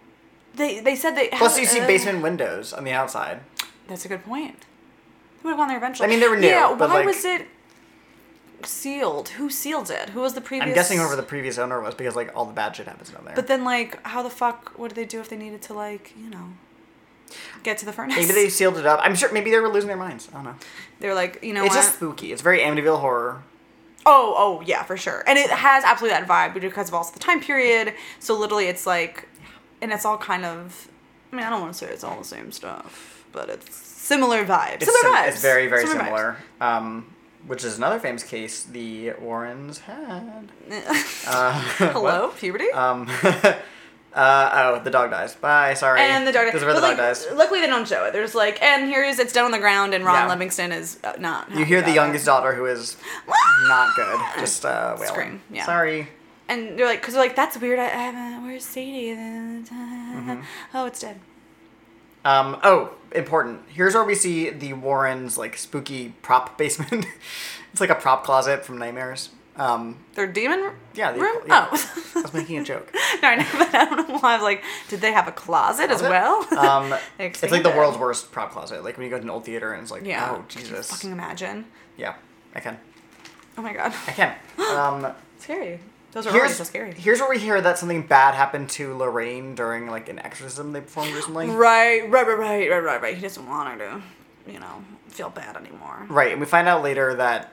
S2: they they said they
S1: Plus, you see
S2: uh,
S1: basement windows on the outside.
S2: That's a good point. Who would have gone there eventually?
S1: I mean, they were new,
S2: Yeah,
S1: but,
S2: why
S1: like-
S2: was it sealed? Who sealed it? Who was the previous
S1: I'm guessing whoever the previous owner was because like all the bad shit happens down there.
S2: But then like how the fuck what did they do if they needed to like, you know, get to the furnace?
S1: Maybe they sealed it up. I'm sure. Maybe they were losing their minds. I don't know.
S2: they were like, you know
S1: It's
S2: what?
S1: just spooky. It's very Amityville horror.
S2: Oh, oh yeah, for sure. And it has absolutely that vibe because of also the time period. So literally it's like and it's all kind of I mean, I don't want to say it's all the same stuff, but it's similar vibes.
S1: It's,
S2: similar
S1: sim-
S2: vibes.
S1: it's very, very
S2: vibes.
S1: similar. Um, which is another famous case the Warrens had. Uh,
S2: Hello,
S1: what?
S2: puberty?
S1: Um, Uh, oh, the dog dies. Bye. Sorry.
S2: And the dog
S1: This is where the
S2: but,
S1: dog dies.
S2: like, uh, Luckily, they don't show it. There's like, and here is it's down on the ground, and Ron
S1: Yeah.
S2: Livingston is uh, not.
S1: You hear the youngest
S2: dog.
S1: daughter who is not good. Just uh, wailing.
S2: Scream, yeah.
S1: Sorry.
S2: And they're like, because they're like, that's weird. I, I haven't. Where's Sadie?
S1: Mm-hmm.
S2: Oh, it's dead.
S1: Um, oh, important. Here's where we see the Warrens' like spooky prop basement. it's like a prop closet from Nightmares. Um,
S2: Their demon
S1: yeah. they-
S2: room.
S1: yeah. I
S2: Oh.
S1: was making a joke.
S2: no, I know, but I don't know why. I was like, did they have a closet as well?
S1: Um,
S2: They
S1: it's like the
S2: expanded.
S1: world's worst prop closet. Like when you go to an old theater and it's like,
S2: Yeah.
S1: oh
S2: Can you
S1: Jesus.
S2: fucking imagine.
S1: Yeah, I can.
S2: Oh my god.
S1: I can. Um,
S2: Scary. Those are already
S1: here's
S2: so scary.
S1: here's where we hear that something bad happened to Lorraine during like an exorcism they performed recently.
S2: Right, right, right, right, right, right, right. He doesn't want her to, you know, feel bad anymore.
S1: Right, and we find out later that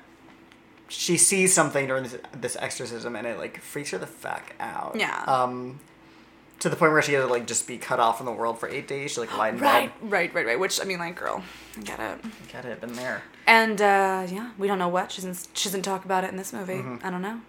S1: she sees something during this, this exorcism, and it like freaks her the fuck out.
S2: Yeah.
S1: Um, to the point where she had to like just be cut off from the world for eight days. She like lied and
S2: Right, right, right, right. Which I mean, like, girl, I get it.
S1: Got it, been there.
S2: And uh, yeah, we don't know what she doesn't. She doesn't talk about it in this movie.
S1: Mm-hmm.
S2: I don't know.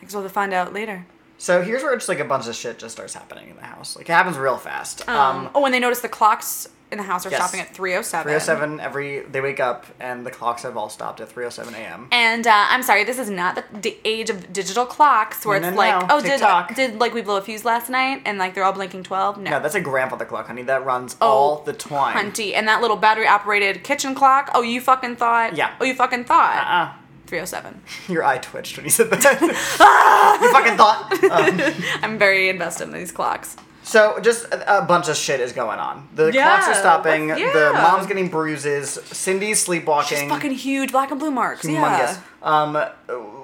S2: I guess we'll have to find out later.
S1: So here's where it's like a bunch of shit just starts happening in the house. Like it happens real fast.
S2: Um,
S1: Um,
S2: oh, and they notice the clocks in the house are
S1: Yes.
S2: stopping at three oh seven.
S1: three oh seven every they wake up and the clocks have all stopped at three oh seven a.m.
S2: And uh, I'm sorry, this is not the, the age of digital clocks where
S1: No,
S2: it's
S1: no,
S2: like,
S1: no.
S2: oh, did,
S1: TikTok.
S2: did like we blow a fuse last night and like they're all blinking twelve? No.
S1: No, that's a grandfather clock, honey. That runs
S2: Oh,
S1: all the time.
S2: Hunty and that little battery operated kitchen clock. Oh, you fucking thought.
S1: Yeah.
S2: Oh, you fucking thought.
S1: Uh-uh.
S2: 307.
S1: Your eye twitched when you said that.
S2: Ah!
S1: you fucking thought.
S2: I'm very invested in these clocks.
S1: So just a, a bunch of shit is going on. The
S2: Yeah,
S1: clocks are stopping.
S2: what-
S1: The
S2: yeah.
S1: mom's getting bruises. Cindy's sleepwalking.
S2: She's fucking huge black and blue marks.
S1: humongous.
S2: Yeah.
S1: Um,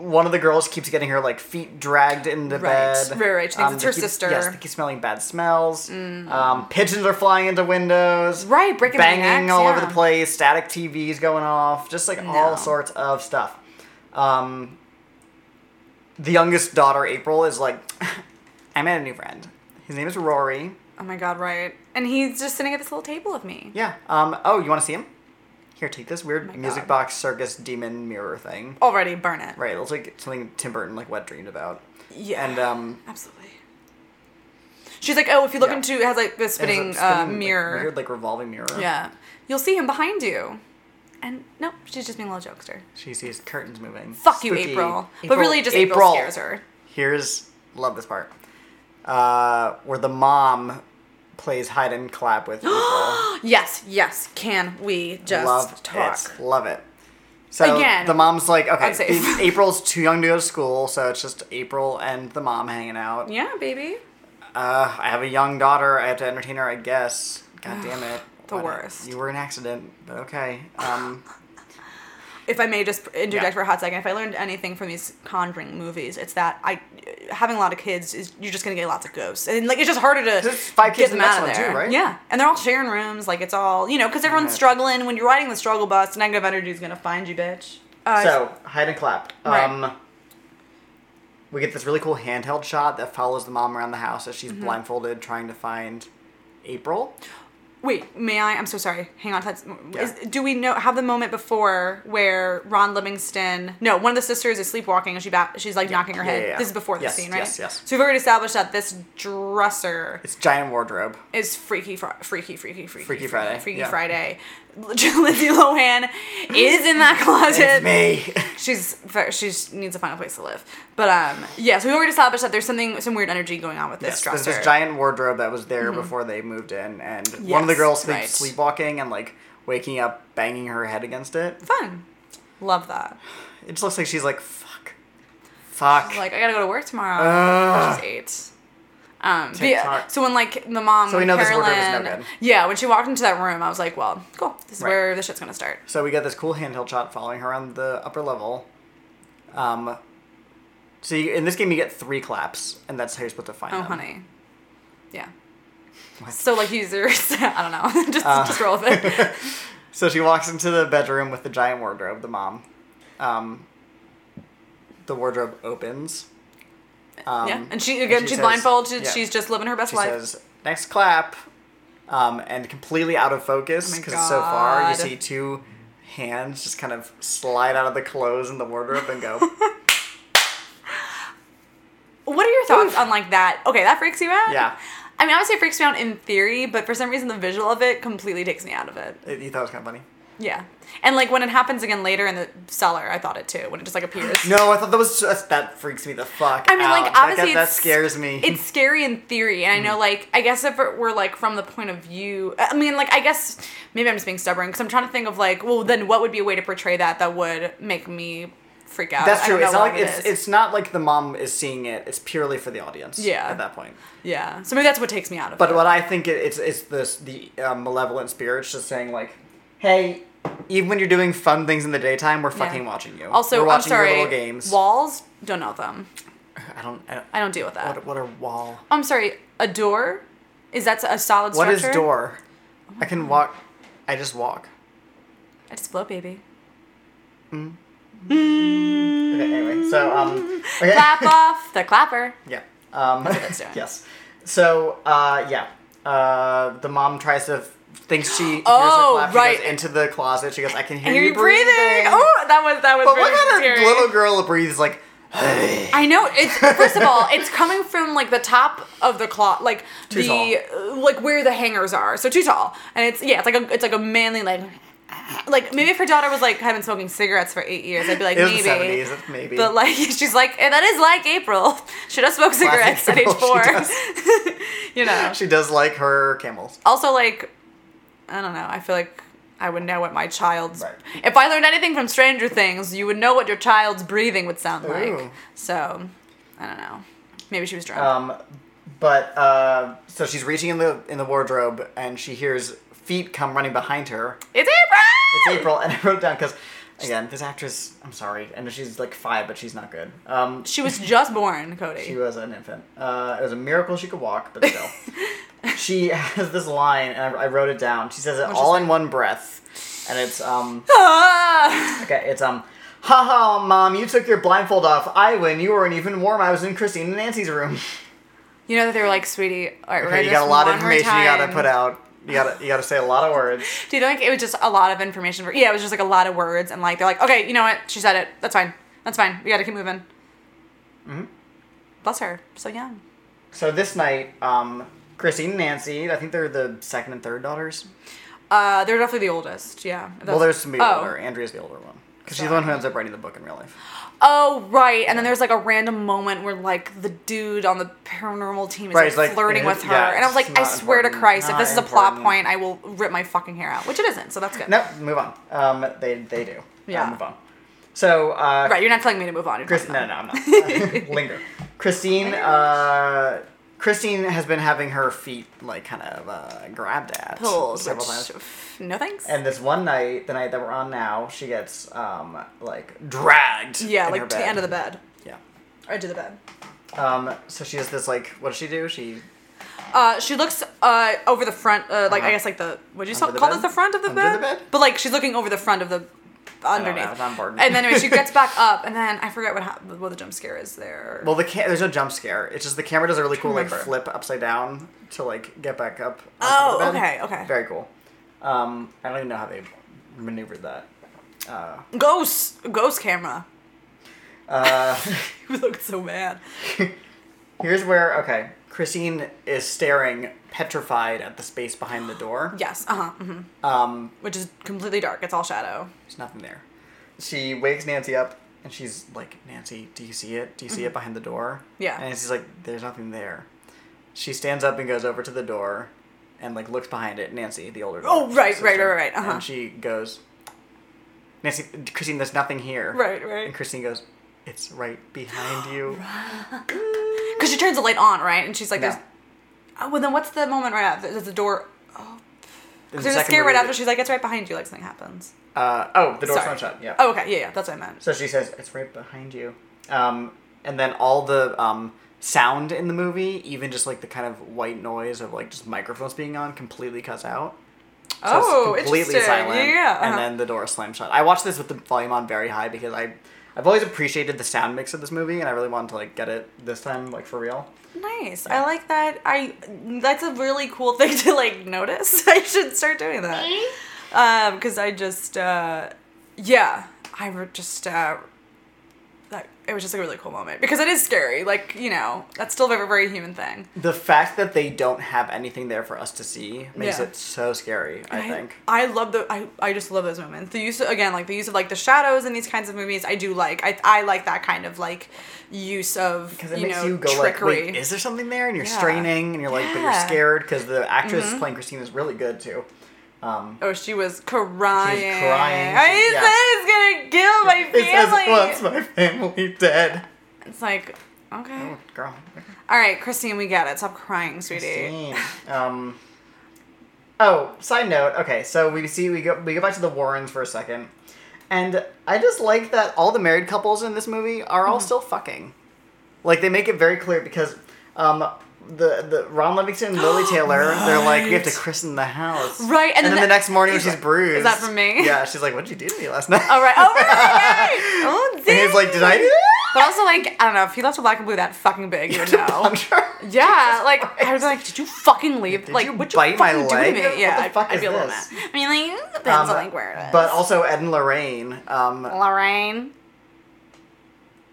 S1: one of the girls keeps getting her like feet dragged into
S2: Right,
S1: bed. Um,
S2: right, right. She thinks it's
S1: they
S2: her
S1: keep-
S2: sister. Mm.
S1: Yes, they keep smelling bad smells. Um, pigeons are flying into windows.
S2: Right, breaking their
S1: banging
S2: necks,
S1: all over
S2: yeah.
S1: the place. Static TVs going off. Just like
S2: No.
S1: all sorts of stuff. Um, the youngest daughter, April, is like, I met a new friend. His name is Rory.
S2: Oh my god, right. And he's just sitting at this little table with me.
S1: Yeah. Um. Oh, you want to see him? Here, take this weird
S2: Oh my
S1: music
S2: God.
S1: box circus demon mirror thing.
S2: Already burn it.
S1: Right. It looks like something Tim Burton like wet dreamed about.
S2: Yeah.
S1: And um.
S2: Absolutely. She's like, oh, if you look
S1: Yeah.
S2: into it has like this
S1: it has a
S2: spinning, uh,
S1: spinning, like,
S2: mirror.
S1: weird like revolving mirror.
S2: Yeah. You'll see him behind you. And nope, she's just being a little jokester.
S1: She sees curtains moving.
S2: Fuck you,
S1: Spooky.
S2: April. But really, just April, scares her.
S1: Here's love this part. Uh, where the mom plays hide and clap with April.
S2: Yes, yes. Can we just
S1: love
S2: talk?
S1: It. Love it. So
S2: Again,
S1: the mom's like, okay,
S2: unsafe.
S1: the- April's too young to go to school, so it's just April and the mom hanging out.
S2: Yeah, baby.
S1: Uh, I have a young daughter. I have to entertain her, I guess. God damn it.
S2: The
S1: What a-
S2: worst.
S1: You were an accident, but okay. Um,
S2: If I may just interject
S1: Yeah.
S2: for a hot second, if I learned anything from these Conjuring movies, it's that I having a lot of kids is you're just gonna get lots of ghosts, and like it's just harder to
S1: There's five
S2: get
S1: kids in
S2: them
S1: the next
S2: out
S1: one,
S2: of there.
S1: too, right?
S2: Yeah, and they're all sharing rooms. Like it's all you know, because everyone's
S1: Yeah.
S2: struggling. When you're riding the struggle bus, negative energy is gonna find you, bitch. Uh,
S1: so, hide and clap.
S2: Right.
S1: Um, we get this really cool handheld shot that follows the mom around the house as
S2: Mm-hmm.
S1: she's blindfolded trying to find April.
S2: Wait, may I? I'm so sorry. Hang on. That's,
S1: Yeah.
S2: is, do we know have the moment before where Ron Livingston? No, one of the sisters is sleepwalking and she bat, she's like knocking her
S1: yeah,
S2: head.
S1: yeah, yeah.
S2: This is before the
S1: Yes,
S2: scene, right?
S1: yes, yes.
S2: So we've already established that this dresser
S1: It's giant wardrobe.
S2: is freaky, fr- freaky, freaky, freaky,
S1: Freaky Friday,
S2: freaky
S1: yeah.
S2: Friday. Lindsay Lohan is in that closet
S1: It's me.
S2: she's ver- she's needs a final place to live. But um, yeah, so we already established that there's something some weird energy going on with this
S1: yes,
S2: dresser. Mm-hmm.
S1: there's this giant wardrobe that was there before they moved in, and one of the
S2: Yes,
S1: girls sleep-
S2: right.
S1: sleepwalking and like waking up, banging her head against it.
S2: fun. Love that.
S1: It just looks like she's like, fuck, fuck.
S2: Like I gotta go to work tomorrow.
S1: Uh, Ugh.
S2: She's eight. Um, but yeah,
S1: TikTok.
S2: so when like the mom,
S1: So we
S2: when
S1: know this
S2: Carolyn,
S1: wardrobe is no good.
S2: yeah, when she walked into that room, I was like, well, cool, this is
S1: Right.
S2: where the shit's gonna start.
S1: So we got this cool handheld shot following her on the upper level. Um, so you, in this game, you get three claps, and that's how you're supposed to find
S2: Oh,
S1: them.
S2: honey, yeah.
S1: What? Uh,
S2: So like use your, I don't know, just just roll with it.
S1: So she walks into the bedroom with the giant wardrobe, the mom. Um, the wardrobe opens. Um,
S2: yeah, and she
S1: and
S2: again,
S1: she
S2: she's
S1: says-
S2: blindfolded.
S1: yeah.
S2: She's just living her best
S1: She
S2: life.
S1: says, next clap. Um, and completely out of focus
S2: Oh my
S1: because it's so far. You
S2: God.
S1: see two hands just kind of slide out of the clothes in the wardrobe and go.
S2: What are your thoughts on like that? Okay, that freaks you out.
S1: Yeah.
S2: I mean, obviously it freaks me out in theory, but for some reason the visual of it completely takes me out of it.
S1: You thought it was kind of funny.
S2: Yeah. And like when it happens again later in the cellar, I thought it too, when it just like appears.
S1: No, I thought that was just, that freaks me the fuck.
S2: I mean, like,
S1: out. That-
S2: obviously
S1: that, that
S2: it's-
S1: scares me.
S2: it's scary in theory and i
S1: Mm-hmm.
S2: know like i guess if it were like from the point of view i mean like i guess maybe i'm just being stubborn because i'm trying to think of like well then what would be a way to portray that that would make me freak out
S1: that's
S2: I
S1: true.
S2: don't
S1: It's
S2: know
S1: not
S2: what
S1: like
S2: it
S1: it's
S2: is.
S1: it's not like the mom is seeing it. It's purely for the audience.
S2: Yeah.
S1: At that point.
S2: yeah so maybe that's what takes me out of
S1: But
S2: it
S1: what I think it, it's it's this the uh, malevolent spirits just saying like, hey, even when you're doing fun things in the daytime, we're
S2: Yeah.
S1: fucking watching you.
S2: also
S1: we're
S2: i'm
S1: watching
S2: sorry
S1: your little games.
S2: walls don't know them
S1: I don't. I don't
S2: i don't deal with that
S1: what, what are wall?
S2: i'm sorry a door is that a solid
S1: What is
S2: structure? Oh.
S1: door? I can walk. I just walk.
S2: i just blow baby
S1: Okay. Anyway, so um. Okay.
S2: clap off the clapper
S1: Yeah. Um,
S2: it's doing.
S1: yes. So uh, yeah, uh, the mom tries to thinks she hears
S2: Oh,
S1: her clap. She
S2: right.
S1: goes into the closet. She goes, "I can hear,
S2: I hear
S1: you,
S2: you breathing. Oh, that was that was.
S1: but
S2: really
S1: what kind
S2: scary.
S1: of little girl breathes like? "Hey."
S2: I know. It's first of all, it's coming from like the top of the cloth, like
S1: Too
S2: the like where the hangers are. So too tall, and it's yeah, it's like a it's like a manly like like maybe if her daughter was like had been smoking cigarettes for eight years, I'd be like
S1: It was
S2: maybe.
S1: the seventies, maybe.
S2: But like she's like "Eh, that is like April. She does smoke cigarettes at age
S1: April,
S2: four.
S1: she
S2: you know.
S1: she does like her camels.
S2: Also like, I don't know. I feel like. I would know what my child's.
S1: Right.
S2: If I learned anything from Stranger Things, you would know what your child's breathing would sound like.
S1: Ooh.
S2: So, I don't know. Maybe she was drunk.
S1: Um, but uh, so she's reaching in the in the wardrobe and she hears feet come running behind her.
S2: It's April.
S1: It's April, and I wrote down because again, this actress. I'm sorry, I know she's like five, but she's not good. Um,
S2: She was just born, Cody.
S1: She was an infant. Uh, it was a miracle she could walk, but still. she has this line, and I, I wrote it down. She says it
S2: What'd you
S1: all
S2: say?
S1: in one breath, and it's um
S2: Ah!
S1: okay, it's um. Haha, mom, you took your blindfold off. I win. You weren't even warm. I was in Christine and Nancy's room.
S2: You know that they were like, sweetie. All right, we're
S1: Okay,
S2: gonna
S1: you
S2: do
S1: got
S2: this
S1: a lot of
S2: one more
S1: information you gotta
S2: time."
S1: put out. You gotta you gotta say a lot of words.
S2: Do you think it was just a lot of information? For, yeah, it was just like a lot of words, and like they're like, okay, you know what? She said it. That's fine. That's fine. We gotta keep moving. Mm-hmm.
S1: Mm-hmm.
S2: Bless her. So young.
S1: So this night, um, Christine and Nancy. I think they're the second and third daughters.
S2: Uh, they're definitely the oldest. Yeah.
S1: Well, there's some
S2: oh.
S1: older. Andrea's the older one because she's the one who ends up writing the book in real life.
S2: Oh right, and then there's like a random moment where like the dude on the paranormal team is
S1: Right,
S2: like,
S1: it's like,
S2: flirting
S1: eh,
S2: with her,
S1: yeah,
S2: and I was
S1: it's
S2: like, I
S1: not
S2: swear to
S1: important.
S2: Christ, if
S1: Not
S2: this is a plot
S1: important.
S2: point, I will rip my fucking hair out, which it isn't, so that's good.
S1: No, move on. Um, they they do.
S2: Yeah.
S1: Uh, move on. So uh,
S2: Right, you're not telling me to move on. You're
S1: Chris,
S2: telling
S1: no,
S2: them.
S1: no, I'm not. Linger. Christine. Uh, Christine has been having her feet like kind of uh, grabbed at
S2: Pills,
S1: several times.
S2: which- pff, No thanks.
S1: And this one night, the night that we're on now, she gets um, like dragged.
S2: yeah,
S1: in
S2: like
S1: her
S2: to the
S1: bed.
S2: end of the bed.
S1: Yeah.
S2: Or to the bed.
S1: Um, so she has this like. What does she do? She
S2: Uh, she looks uh, over the front, uh, like I
S1: Uh-huh.
S2: guess like the what do you call
S1: Under the
S2: call
S1: bed?
S2: this the front of the
S1: Under
S2: bed?
S1: the bed?
S2: But like she's looking over the front of the
S1: know,
S2: underneath.
S1: it's not important.
S2: And then anyway, she gets back up, and then I forget what hap- what the jump scare is there.
S1: well the ca- there's no jump scare. It's just the camera does a really cool like
S2: remember.
S1: flip upside down to like get back up. onto
S2: Oh,
S1: the bed.
S2: okay, okay.
S1: Very cool. Um, I don't even know how they maneuvered that.
S2: ghost, ghost camera.
S1: Uh,
S2: You looked so mad.
S1: here's where okay, Christine is staring petrified at the space behind the door.
S2: Yes, uh huh. hmm
S1: Um,
S2: Which is completely dark. It's all shadow.
S1: there's nothing there. She wakes Nancy up and she's like, "Nancy, do you see it? Do you see it behind the door?"
S2: Mm-hmm. Yeah.
S1: And Nancy's like, "There's nothing there." She stands up and goes over to the door, and like looks behind it. Nancy, the older.
S2: Oh, right,
S1: sister,
S2: right, right, right, uh-huh.
S1: And she goes, "Nancy, Christine, there's nothing here."
S2: Right,
S1: And
S2: right.
S1: Christine goes, "It's right behind you."
S2: Because she turns the light on, right? And she's like,
S1: No.
S2: there's. Oh, well, then what's the moment right after? There's the door. Oh,
S1: There's
S2: there's a
S1: second
S2: scare right
S1: movie
S2: after.
S1: that-
S2: She's like, it's right behind you. Like something happens.
S1: Uh, oh, the door's
S2: Sorry.
S1: not shut. Yeah.
S2: Oh, okay. Yeah, yeah. That's what I meant.
S1: So she says, "It's right behind you," um, and then all the um, sound in the movie, even just like the kind of white noise of like just microphones being on, completely cuts out. So
S2: oh, interesting. Yeah.
S1: and
S2: uh-huh.
S1: then the door slams shut. I watched this with the volume on very high because I, I've always appreciated the sound mix of this movie, and I really wanted to like get it this time, like for real.
S2: nice. I like that. I. That's a really cool thing to like notice. I should start doing that.
S1: Mm-hmm.
S2: Um, because I just. uh Yeah, I re- just. uh that it was just like a really cool moment because it is scary. Like you know, that's still a very, very human thing.
S1: The fact that they don't have anything there for us to see makes
S2: Yeah.
S1: it so scary, I, think.
S2: I love the I, I just love those moments. The use of, again like the use of like the shadows in these kinds of movies. I do like I I like that kind of like use of
S1: Because it
S2: you
S1: makes
S2: know
S1: you go
S2: trickery.
S1: like, wait, is there something there? And you're
S2: Yeah.
S1: straining, and you're like, but you're
S2: Yeah. Mm-hmm.
S1: scared because the actress playing Christina is really good too. Um,
S2: oh, she was crying.
S1: crying.
S2: I said it's gonna kill my
S1: it says,
S2: family.
S1: well, it's my family dead.
S2: it's like okay,
S1: Oh, girl.
S2: all right, Christine, we get it. Stop crying, sweetie.
S1: Christine. Um. Oh, side note. Okay, so we see we go we go back to the Warrens for a second, and I just like that all the married couples in this movie are
S2: Mm-hmm.
S1: all still fucking. Like they make it very clear because, um, the the Ron Livingston and Lily Taylor they're like we have to
S2: Right.
S1: cristen the house
S2: Right, and
S1: and,
S2: then
S1: then,
S2: the-
S1: the next morning when
S2: he's
S1: she's
S2: like,
S1: bruised
S2: "Is that from me?"
S1: yeah she's like what did you do to me last night
S2: All right. Oh, right, right, right. Oh,
S1: and he's like did I do
S2: dang.
S1: that
S2: But also, like, I don't know. If he left a black and blue that fucking big, you would know.
S1: I'm sure
S2: Yeah, like I was like, did you fucking leave?
S1: Did
S2: like,
S1: you
S2: what'd
S1: bite
S2: you
S1: my
S2: fucking do
S1: leg?
S2: to me?
S1: What
S2: yeah,
S1: the
S2: I'd-
S1: fuck
S2: I'd
S1: is
S2: be a little
S1: this?
S2: mad. I mean, like, it depends
S1: Um,
S2: on like where it is.
S1: but also Ed and Lorraine um
S2: Lorraine,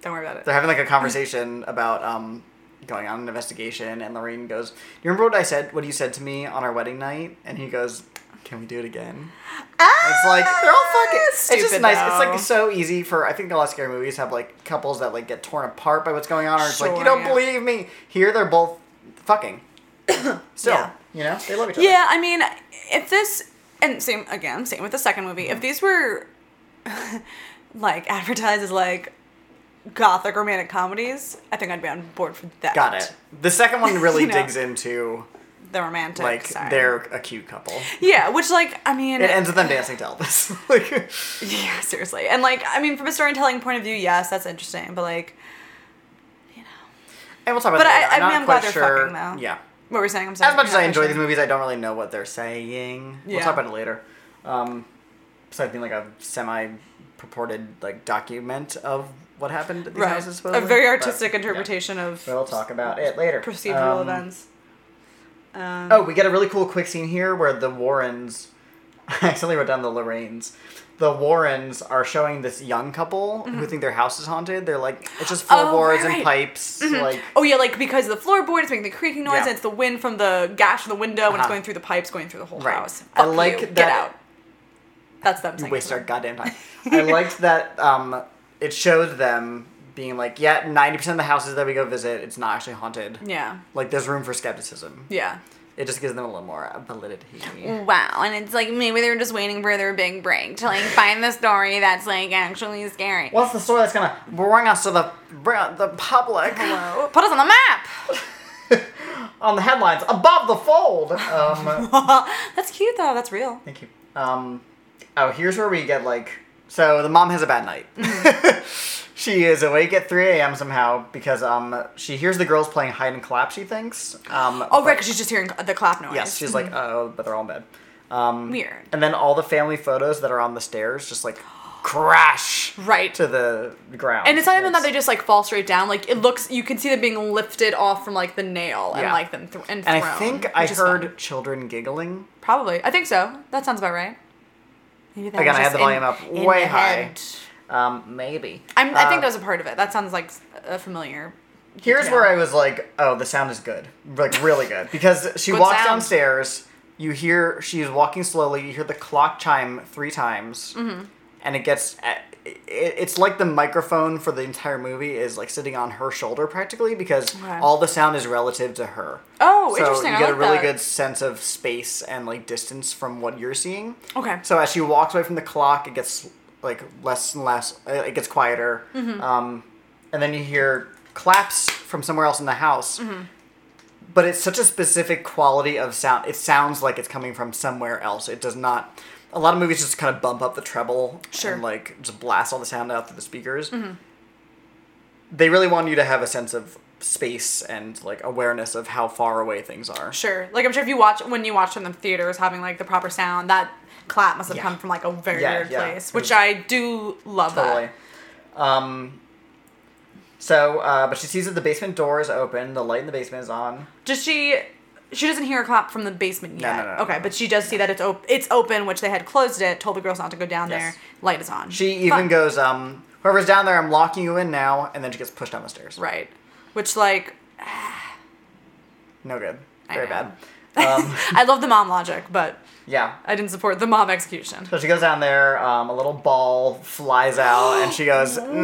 S2: don't worry about
S1: they're
S2: it.
S1: having like a conversation about um going on an investigation and lorraine goes do you remember what i said what you said to me on our wedding night and he goes can we do it again it's like they're all fucking
S2: Stupid,
S1: it's just nice it's
S2: though.
S1: like so easy for i think a lot of scary movies have like couples that like get torn apart by what's going on or it's like
S2: Sure,
S1: you don't
S2: yeah.
S1: believe me here they're both fucking still
S2: Yeah.
S1: you know they love each other
S2: Yeah, I mean, if this and same again, same with the second movie.
S1: Mm-hmm.
S2: If these were like advertised as like gothic romantic comedies, I think I'd be on board for that.
S1: got it the second one really
S2: You know.
S1: digs into
S2: The romantic,
S1: like
S2: side.
S1: they're a cute couple
S2: yeah, which like I mean,
S1: it ends with them dancing to elvis like
S2: Yeah, seriously. And like, I mean, from a storytelling point of view, yes, that's interesting. But like,
S1: And we'll talk about
S2: But
S1: that later.
S2: I- I mean,
S1: not
S2: I'm glad
S1: quite
S2: they're
S1: sure.
S2: fucking, though.
S1: Yeah.
S2: what were we saying? I'm sorry.
S1: As much
S2: I'm
S1: as I
S2: not
S1: enjoy
S2: sure.
S1: these movies, I don't really know what they're saying. We'll
S2: Yeah.
S1: talk about it later. Um, something like a semi purported like document of what happened at these
S2: right?
S1: houses.
S2: a
S1: supposedly.
S2: very
S1: But,
S2: artistic
S1: yeah.
S2: interpretation of
S1: We'll talk about it later.
S2: procedural
S1: Um,
S2: events. Um,
S1: Oh, we get a really cool quick scene here where the Warrens. I accidentally wrote down the Lorraines. The Warrens are showing this young couple who think their house is haunted. They're like, it's just
S2: Mm-hmm. Oh, right,
S1: floorboards
S2: right.
S1: and pipes. Like,
S2: oh yeah, like because of the floorboard, it's making the creaking noise,
S1: Yeah.
S2: and it's the wind from the gash in the window, and it's
S1: Uh-huh.
S2: going through the pipes, going through the whole
S1: Right.
S2: house.
S1: I
S2: Fuck
S1: like
S2: you. Get
S1: that-
S2: out. That's them saying.
S1: You waste our goddamn time. I liked that um, it showed them being like, yeah, 90% of the houses that we go visit, it's not actually haunted.
S2: Yeah.
S1: Like, there's room for skepticism.
S2: Yeah.
S1: It just gives them a little more uh, validity.
S3: Wow, and it's like maybe they're just waiting for their big break to like find the story that's like actually scary.
S1: What's the story that's gonna bring us to the bring out the public
S3: Hello? Put us on the map.
S1: on the headlines above the fold? Um,
S2: That's cute though. That's real.
S1: thank you. Um, oh, here's where we get like. So the mom has a bad night. she is awake at 3 a.m. somehow because um she hears the girls playing hide and clap. She thinks. Um,
S2: Oh right,
S1: but-
S2: 'cause she's just hearing the clap noise.
S1: Yes, she's like, oh, but they're all in bed. Um,
S2: Weird.
S1: And then all the family photos that are on the stairs just like crash
S2: Right.
S1: to the ground.
S2: And it's not even that they just like fall straight down. Like it looks, you can see them being lifted off from like the nail and
S1: Yeah.
S2: like them th- and thrown.
S1: And I think
S2: which
S1: I
S2: is fun.
S1: heard children giggling.
S2: probably. I think so. That sounds about right. Maybe that
S1: Again,
S2: was
S1: I had
S2: just
S1: the volume
S2: in-
S1: up
S2: in
S1: way
S2: the
S1: high.
S2: head.
S1: Um, maybe.
S2: I'm, I think
S1: Uh,
S2: that was a part of it. That sounds like s- a familiar.
S1: Here's
S2: Yeah.
S1: where I was like, oh, the sound is good, like really good, because she
S2: Good
S1: walks
S2: sound.
S1: downstairs. You hear she's walking slowly. You hear the clock chime three times,
S2: Mm-hmm.
S1: and it gets. uh, It, it's like the microphone for the entire movie is like sitting on her shoulder practically because
S2: Okay.
S1: all the sound is relative to her.
S2: Oh,
S1: so
S2: interesting.
S1: You
S2: I
S1: get a
S2: like
S1: really
S2: that.
S1: good sense of space and like distance from what you're seeing.
S2: Okay.
S1: So as she walks away from the clock, it gets like less and less. uh, It gets quieter.
S2: Mm-hmm.
S1: Um, and then you hear claps from somewhere else in the house.
S2: Mm-hmm.
S1: But it's such a specific quality of sound. It sounds like it's coming from somewhere else. It does not. A lot of movies just kind of bump up the treble
S2: Sure. Mm-hmm.
S1: and like just blast all the sound out through the speakers. They really want you to have a sense of space and like awareness of how far away things are.
S2: Sure. Like I'm sure if you watch when you watch from the theaters having like the proper sound, that clap must have
S1: Yeah.
S2: come from like a very
S1: Yeah,
S2: weird
S1: yeah.
S2: place, which I do love.
S1: Totally.
S2: That.
S1: Um, so, uh, but she sees that the basement door is open. The light in the basement is on.
S2: Does she? She doesn't hear a clap from the basement
S1: No,
S2: yet.
S1: no, no, no,
S2: okay,
S1: no.
S2: but she does see that it's op- it's open, which they had closed it. Told the girls not to go down
S1: Yes.
S2: there. Light is on.
S1: She
S2: Fun.
S1: even goes, um, whoever's down there, I'm locking you in now. And then she gets pushed down the stairs.
S2: Right. Which like
S1: No good.
S2: I
S1: Very
S2: know.
S1: bad. Um,
S2: I love the mom logic, but
S1: yeah.
S2: I didn't support the mom execution.
S1: So she goes down there. Um, a little ball flies out, and she goes, "No, no,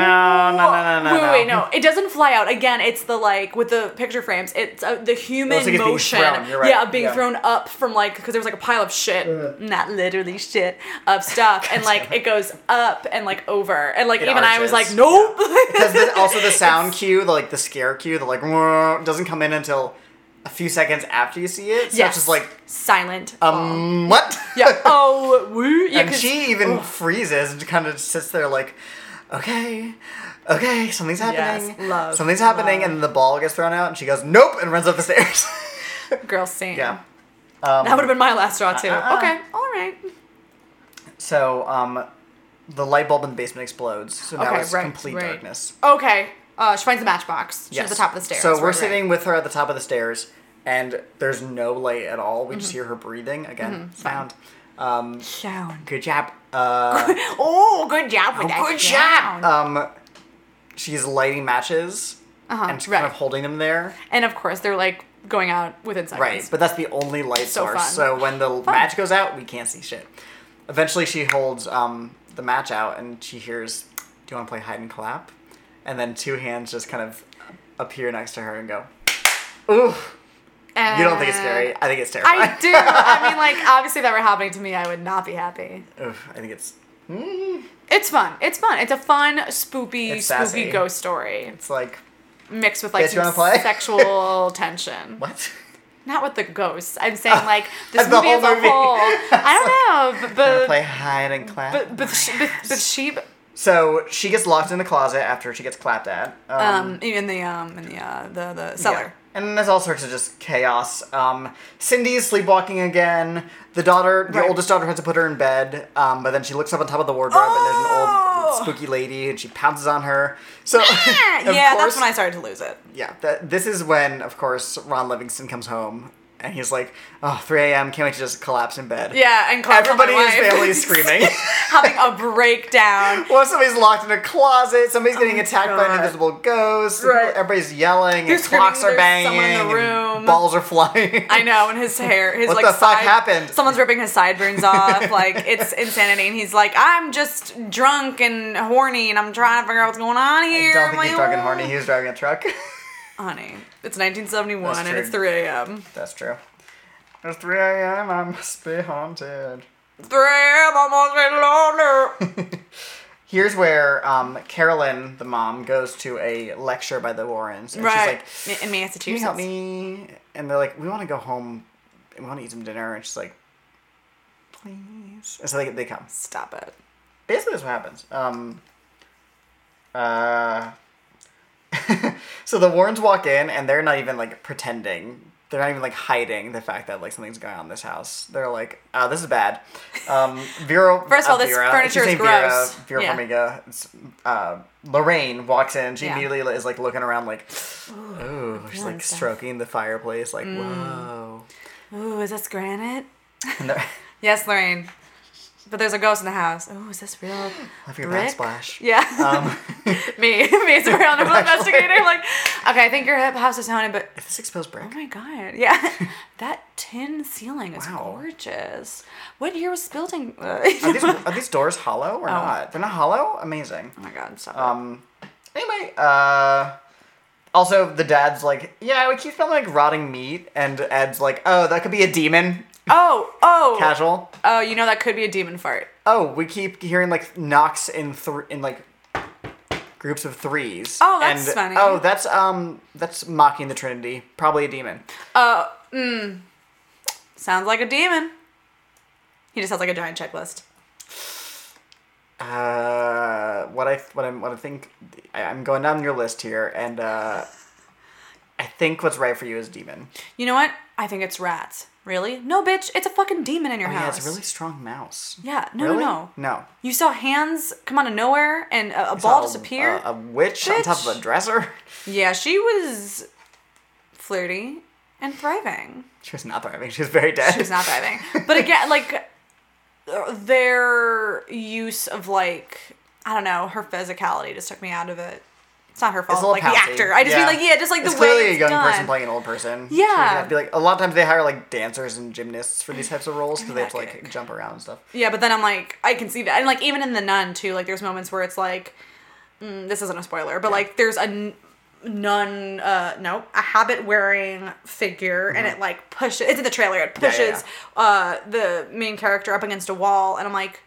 S1: no, no, no,
S2: wait,
S1: no."
S2: wait, no! It doesn't fly out. Again, it's the like with the picture frames. It's uh, the human
S1: Looks like it's being
S2: motion.
S1: thrown, you're right,
S2: Yeah, of being
S1: yeah.
S2: thrown up from like because there was like a pile of shit, not literally shit, of stuff, and like it goes up and like over, and like
S1: It
S2: even I was like,
S1: arches.
S2: nope.
S1: Because then also the sound cue, the like the scare cue, the like "Whoa," doesn't come in until a few seconds after you see it. So
S2: yes,
S1: it's just like,
S2: silent. fall.
S1: um, what?
S2: yeah. Oh, woo. Yeah,
S1: and
S2: 'cause-
S1: she even freezes and kind of sits there like, okay, okay, something's happening.
S2: love,
S1: Something's happening,
S2: love.
S1: and the ball gets thrown out, and she goes, nope, and runs up the stairs.
S2: girl scene.
S1: yeah. Um,
S2: That would have been my last straw too.
S1: Uh-uh.
S2: Okay, all right.
S1: so, um, the light bulb in the basement explodes, so now
S2: Okay,
S1: it's
S2: right,
S1: complete
S2: right.
S1: darkness.
S2: Okay. Uh, she finds the matchbox. She's
S1: Yes.
S2: at the top of the stairs.
S1: So
S2: Right,
S1: we're
S2: right.
S1: sitting with her at the top of the stairs, and there's no light at all. We
S2: Mm-hmm.
S1: just hear her breathing again. Sound. Um,
S2: Sound.
S1: good job. Uh,
S2: Oh, good job with that.
S3: good
S2: sound.
S1: um, she's lighting matches
S2: Uh-huh,
S1: and she's
S2: right.
S1: kind of holding them there.
S2: And of course, they're like going out within seconds.
S1: Right, but that's the only light
S2: So
S1: source.
S2: fun.
S1: So when the match goes out, we can't see shit. Eventually, she holds um, the match out and she hears, "Do you want to play hide and clap?" And then two hands just kind of appear next to her and go, "Ooh." You don't think it's scary? I think it's terrifying.
S2: I do. I mean, like, obviously, if that were happening to me, I would not be happy.
S1: Oof, I think it's
S2: It's fun. It's fun. It's a fun, spoopy,
S1: It's sassy.
S2: spoopy ghost story
S1: it's like
S2: mixed with like
S1: Bitch, you wanna
S2: some
S1: play?
S2: sexual tension.
S1: what?
S2: Not with the ghosts. I'm saying like this
S1: The
S2: movie
S1: whole
S2: as a
S1: movie.
S2: whole. I don't know, but but
S1: Play hide and clap.
S2: but, but, she- but, but she
S1: so she gets locked in the closet after she gets clapped at. Um,
S2: um in the um in the uh the the
S1: yeah.
S2: cellar.
S1: And there's all sorts of just chaos. Um, Cindy's sleepwalking again. The daughter, the
S2: Right.
S1: oldest daughter, has to put her in bed. Um, but then she looks up on top of the wardrobe and there's an
S2: Oh!
S1: old spooky lady, and she pounces on her. So
S2: Yeah,
S1: of
S2: yeah
S1: course-
S2: that's when I started to lose it.
S1: Yeah, th- this is when, of course, Ron Livingston comes home and he's like, "Oh, 3 a.m. Can't wait to just collapse in bed."
S2: Yeah, and Clark,
S1: Everybody in
S2: my
S1: his
S2: wife,
S1: family is screaming.
S2: having a breakdown.
S1: Well, somebody's locked in a closet. Somebody's getting attacked by an
S2: Oh God.
S1: invisible ghost. and
S2: Right.
S1: Everybody's yelling.
S2: You're
S1: and clocks are
S2: screaming, there's someone in
S1: banging.
S2: the
S1: and
S2: room.
S1: balls are flying.
S2: I know, and his hair, his
S1: What
S2: like
S1: the fuck
S2: side-
S1: happened?
S2: Someone's ripping his sideburns off. Like it's insanity, and he's like, "I'm just drunk and horny, and I'm trying to figure out what's going on here."
S1: don't think
S2: My
S1: he's driving
S2: own-"
S1: horny. He was driving a truck.
S2: Honey, it's 1971
S1: That's
S2: and
S1: true.
S2: it's 3 a.m.
S1: That's true. It's 3 a.m. I must be haunted.
S2: 3 a.m. I must be lonely.
S1: Here's where um, Carolyn, the mom, goes to a lecture by the Warrens. And she's
S2: right
S1: like,
S2: Ma- in
S1: Can you
S2: Massachusetts.
S1: help me? And they're like, we want to go home. and We want to eat some dinner. And she's like, please. And so they, they come.
S2: Stop it.
S1: basically that's what happens. Um, uh, so the Warrens walk in and they're not even like pretending. They're not even like hiding the fact that like something's going on in this house. They're like, oh, this is bad. Um, Vera. uh,
S2: First of all, this
S1: Vera,
S2: furniture
S1: she's
S2: is
S1: named
S2: gross.
S1: Vera, Vera
S2: Yeah.
S1: Farmiga. It's, Uh, Lorraine walks in. She
S2: Yeah.
S1: immediately is like looking around, like, ooh, she's like
S2: stuff. Mm.
S1: stroking the fireplace, like, whoa.
S2: Ooh, is this granite?
S1: And they're-
S2: Yes, Lorraine. But there's a ghost in the house. Ooh, is this real?
S1: love your
S2: Brick?
S1: backsplash.
S2: Yeah.
S1: Um,
S2: me, me as a paranormal investigator. Like, okay, I think your hip house is haunted, but
S1: if this exposed brick.
S2: oh my god, yeah, that tin ceiling is
S1: Wow.
S2: gorgeous. What year was this building? Uh,
S1: are these are these doors hollow or
S2: Oh.
S1: not? They're not hollow. Amazing.
S2: oh my god, stop.
S1: Um. Anyway, uh. Also, the dad's like, yeah, we keep smelling like rotting meat, and Ed's like, oh, that could be a demon.
S2: it. oh, oh,
S1: Casual.
S2: oh, you know that could be a demon fart.
S1: Oh, we keep hearing like knocks in thr in like groups of threes.
S2: Oh, that's
S1: and,
S2: funny.
S1: Oh, that's um, that's mocking the Trinity. Probably a demon.
S2: Uh, mm, sounds like a demon. He just has like a giant checklist.
S1: Uh, what I what I'm what I think I, I'm going down your list here, and uh, I think what's right for you is demon.
S2: You know what? I think it's rats. Really? No, bitch, it's a fucking demon in your
S1: Oh, yeah,
S2: house.
S1: it's a really strong mouse.
S2: Yeah, no,
S1: Really?
S2: no, no.
S1: No.
S2: You saw hands come out of nowhere and a, a
S1: Saw
S2: ball just appear.
S1: uh, A, a witch on top of a
S2: Bitch.
S1: dresser.
S2: Yeah, she was flirty and thriving.
S1: She was not thriving. She was very dead.
S2: She was not thriving. But again, like their use of like I don't know, her physicality just took me out of it. It's not her fault.
S1: It's a little
S2: like
S1: pouty.
S2: the actor, I just
S1: yeah.
S2: mean like yeah, just like the
S1: it's
S2: way
S1: clearly
S2: it's
S1: a young
S2: done.
S1: person playing an old person. So
S2: Yeah.
S1: it'd be like a lot of times they hire like dancers and gymnasts for these types of roles because they have to like
S2: Dramatic.
S1: jump around and stuff.
S2: Yeah, but then I'm like, I can see that, and like even in the Nun too, like there's moments where it's like, mm, this isn't a spoiler, but like there's a n- nun, uh, no, a habit wearing figure, and it like pushes. It's in the trailer. It
S1: Mm-hmm. Yeah, yeah,
S2: pushes Uh, the main character up against a wall, and I'm like,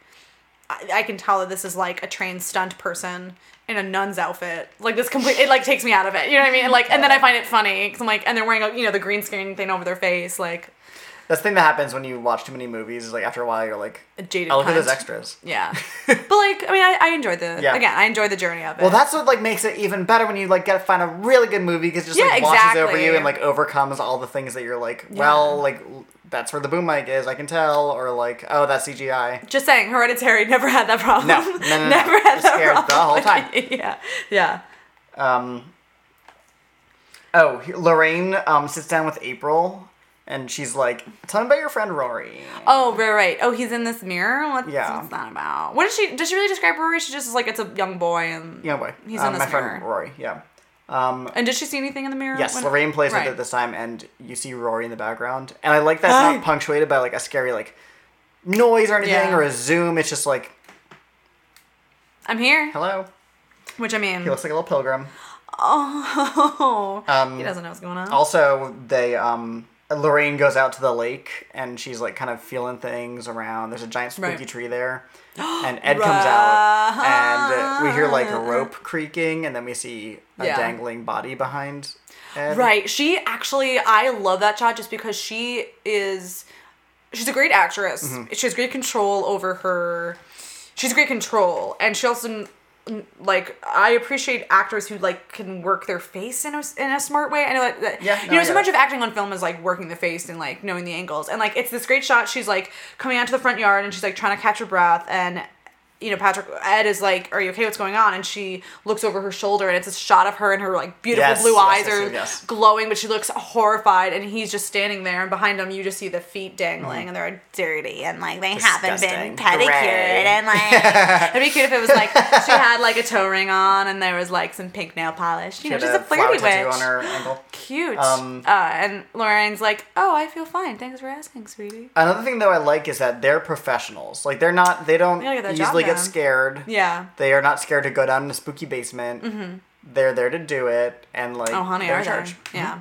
S2: I, I can tell that this is like a trained stunt person in a nun's outfit. Like this complete, it like takes me out of it. You know what I mean? And, like, and then I find it funny because I'm like, and they're wearing a, you know the green screen thing over their face, like
S1: That's the thing that happens when you watch too many movies. Is like after a while you're like,
S2: a jaded.
S1: oh look at those
S2: cunt.
S1: extras.
S2: Yeah. but like, I mean, I, I enjoyed the
S1: Yeah.
S2: again. I enjoyed the journey of it.
S1: Well, that's what like makes it even better when you like get find a really good movie because just
S2: Yeah,
S1: like watches over you
S2: exactly.
S1: and like overcomes all the things that you're like, well, like l- that's where the boom mic is, I can tell, or like, oh, that's CGI.
S2: just saying, Hereditary never had that problem.
S1: No, no, no, no.
S2: never had
S1: Was
S2: that
S1: scared the
S2: problem.
S1: whole time.
S2: yeah, yeah.
S1: Um, oh, he- Lorraine um, sits down with April, and she's like, "Tell me about your friend Rory."
S2: Oh, right, right. Oh, he's in this mirror. What's,
S1: Yeah.
S2: what's that about? What does she? Does she really describe Rory? She just is like it's a young boy and
S1: yeah, boy,
S2: He's
S1: um,
S2: in this
S1: my
S2: mirror.
S1: friend Rory. Yeah. Um,
S2: And did she see anything in the mirror?
S1: yes,
S2: when-
S1: Lorraine plays
S2: right.
S1: with it this time, and you see Rory in the background, and I like that's not punctuated by like a scary like noise or anything
S2: Yeah.
S1: or a zoom. It's just like,
S2: I'm here.
S1: hello.
S2: Which I mean,
S1: He looks like a little pilgrim.
S2: oh,
S1: Um,
S2: he doesn't know what's going on.
S1: Also, they um Lorraine goes out to the lake and she's like kind of feeling things around. There's a giant spooky
S2: Right.
S1: tree there, and Ed comes out and uh, we hear like a
S2: Right.
S1: rope creaking, and then we see a
S2: Yeah.
S1: dangling body behind. Ed.
S2: Right. She actually, I love that shot just because she is, she's a great actress.
S1: Mm-hmm.
S2: She has great control over her. She's great control, and she also n- like I appreciate actors who like can work their face in a s- in a smart way. I know that, that-
S1: Yeah, no,
S2: you know
S1: I
S2: so
S1: get
S2: much
S1: it.
S2: of acting on film is like working the face and like knowing the angles, and like it's this great shot. She's like coming out to the front yard and she's like trying to catch her breath and. You know, Patrick Ed is like, "Are you okay? What's going on?" And she looks over her shoulder, and it's a shot of her and her like beautiful
S1: Yes,
S2: blue
S1: yes,
S2: eyes
S1: yes,
S2: are
S1: yes, yes.
S2: glowing, but she looks horrified, and he's just standing there, and behind him you just see the feet dangling,
S1: Mm-hmm.
S2: and they're dirty, and like they haven't
S1: Disgusting.
S2: been
S1: Gray.
S2: pedicured, and like it'd be cute if it was like she had like a toe ring on, and there was like some pink nail polish, you know,
S1: She
S2: just
S1: had
S2: a flirty
S1: flower tattoo
S2: witch.
S1: on her ankle.
S2: Cute.
S1: Um,
S2: uh, and Lorraine's like, "Oh, I feel fine. Thanks for asking, sweetie."
S1: Another thing though I like is that they're professionals. Like they're not. They don't
S2: gotta get that job
S1: easily get
S2: done.
S1: scared.
S2: Yeah.
S1: They are not scared to go down in a spooky basement. They're there to do it, and like
S2: Mm-hmm. Oh, honey,
S1: they're
S2: are
S1: in
S2: they?
S1: charge.
S2: Yeah.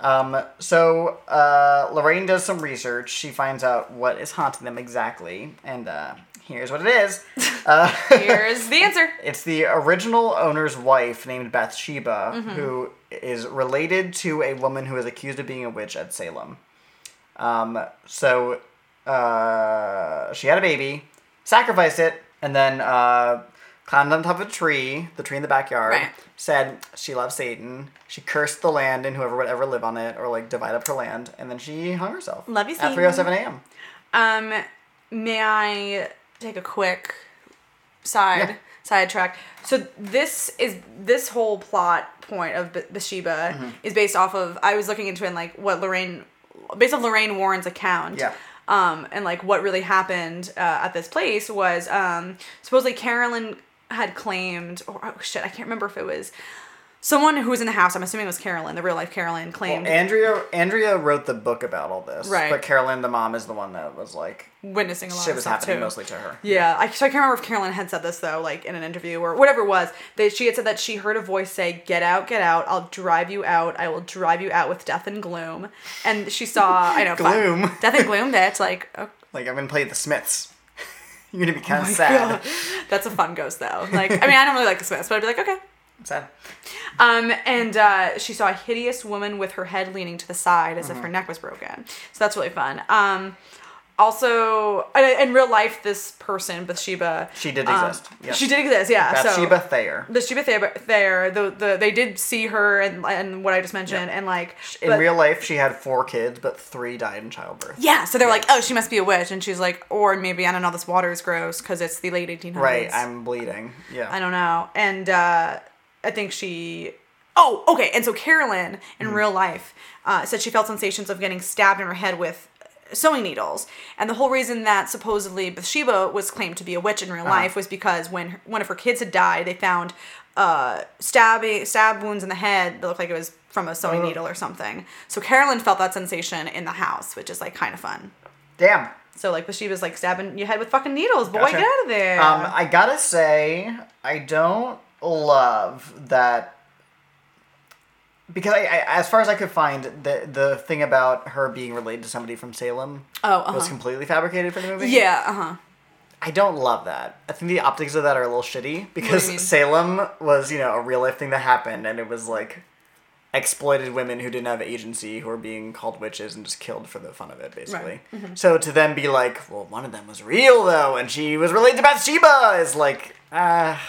S1: Um, so uh, Lorraine does some research. She finds out what is haunting them exactly, and uh, here's what it is. Uh,
S2: Here's the answer.
S1: it's the original owner's wife named Bathsheba,
S2: Mm-hmm.
S1: who is related to a woman who is accused of being a witch at Salem. Um, so uh, she had a baby, sacrificed it, and then uh, climbed on top of a tree, the tree in the backyard.
S2: Right.
S1: Said she loved Satan. She cursed the land and whoever would ever live on it or like divide up her land, and then she hung herself.
S2: Love you,
S1: At
S2: Satan.
S1: 3:07 a.m.
S2: Um, may I take a quick side
S1: Yeah.
S2: sidetrack? So this is this whole plot point of B- Bathsheba
S1: Mm-hmm.
S2: is based off of I was looking into it and like what Lorraine based off Lorraine Warren's account.
S1: Yeah.
S2: Um, and like what really happened uh, at this place was um, supposedly Carolyn had claimed or oh shit I can't remember if it was someone who was in the house I'm assuming it was Carolyn the real life Carolyn claimed
S1: Andrea Andrea wrote the book about all this,
S2: Right.
S1: But Carolyn, the mom, is the one that was like
S2: witnessing a lot
S1: shit
S2: of
S1: was
S2: stuff
S1: happening
S2: too.
S1: mostly to her.
S2: Yeah, I, so I can't remember if Carolyn had said this though, like in an interview or whatever it was. That she had said that she heard a voice say, "Get out, get out! I'll drive you out. I will drive you out with death and gloom." And she saw, I know, fine.
S1: Gloom.
S2: death and gloom. That's like, oh,
S1: Like I'm gonna play the Smiths. You're gonna be kind of
S2: my
S1: sad.
S2: God. that's a fun ghost though. Like, I mean, I don't really like the Smiths, but I'd be like, okay.
S1: Sad.
S2: Um, and uh, she saw a hideous woman with her head leaning to the side as if
S1: Uh-huh.
S2: her neck was broken. So that's really fun. Um, also, in, in real life, this person Bathsheba,
S1: She did
S2: um,
S1: exist, yeah.
S2: She did exist. Yeah. so,
S1: Bathsheba Thayer.
S2: the Sheba Thayer, Thayer the, the they did see her and and what I just mentioned
S1: Yeah.
S2: and like
S1: In
S2: but-
S1: real life, she had four kids, but three died in childbirth.
S2: yeah, so they're like, oh, she must be a witch, and she's like, or maybe I don't know, this water is gross because it's the late 1800s.
S1: Right, I'm bleeding. Yeah.
S2: I don't know, and uh, I think she. Oh,
S1: Mm.
S2: okay, and so Carolyn in real life uh, said she felt sensations of getting stabbed in her head with sewing needles. And the whole reason that supposedly Bathsheba was claimed to be a witch in real
S1: Uh-huh.
S2: life was because when her- one of her kids had died, they found uh, stabbing stab wounds in the head that looked like it was from a sewing
S1: Uh-huh.
S2: needle or something. So Carolyn felt that sensation in the house, which is like kind of fun.
S1: Damn.
S2: So like Bathsheba's like stabbing your head with fucking needles. Boy,
S1: Gotcha.
S2: get out of there.
S1: Um, I gotta say, I don't love that because I, I, as far as I could find, the the thing about her being related to somebody from Salem
S2: Oh, uh-huh.
S1: was completely fabricated for the movie.
S2: yeah. Uh huh.
S1: I don't love that. I think the optics of that are a little shitty because
S2: mean?
S1: Salem was, you know, a real life thing that happened and it was like exploited women who didn't have agency who were being called witches and just killed for the fun of it, basically. So to then be like, well, one of them was real though and she was related to Bathsheba is like, ah,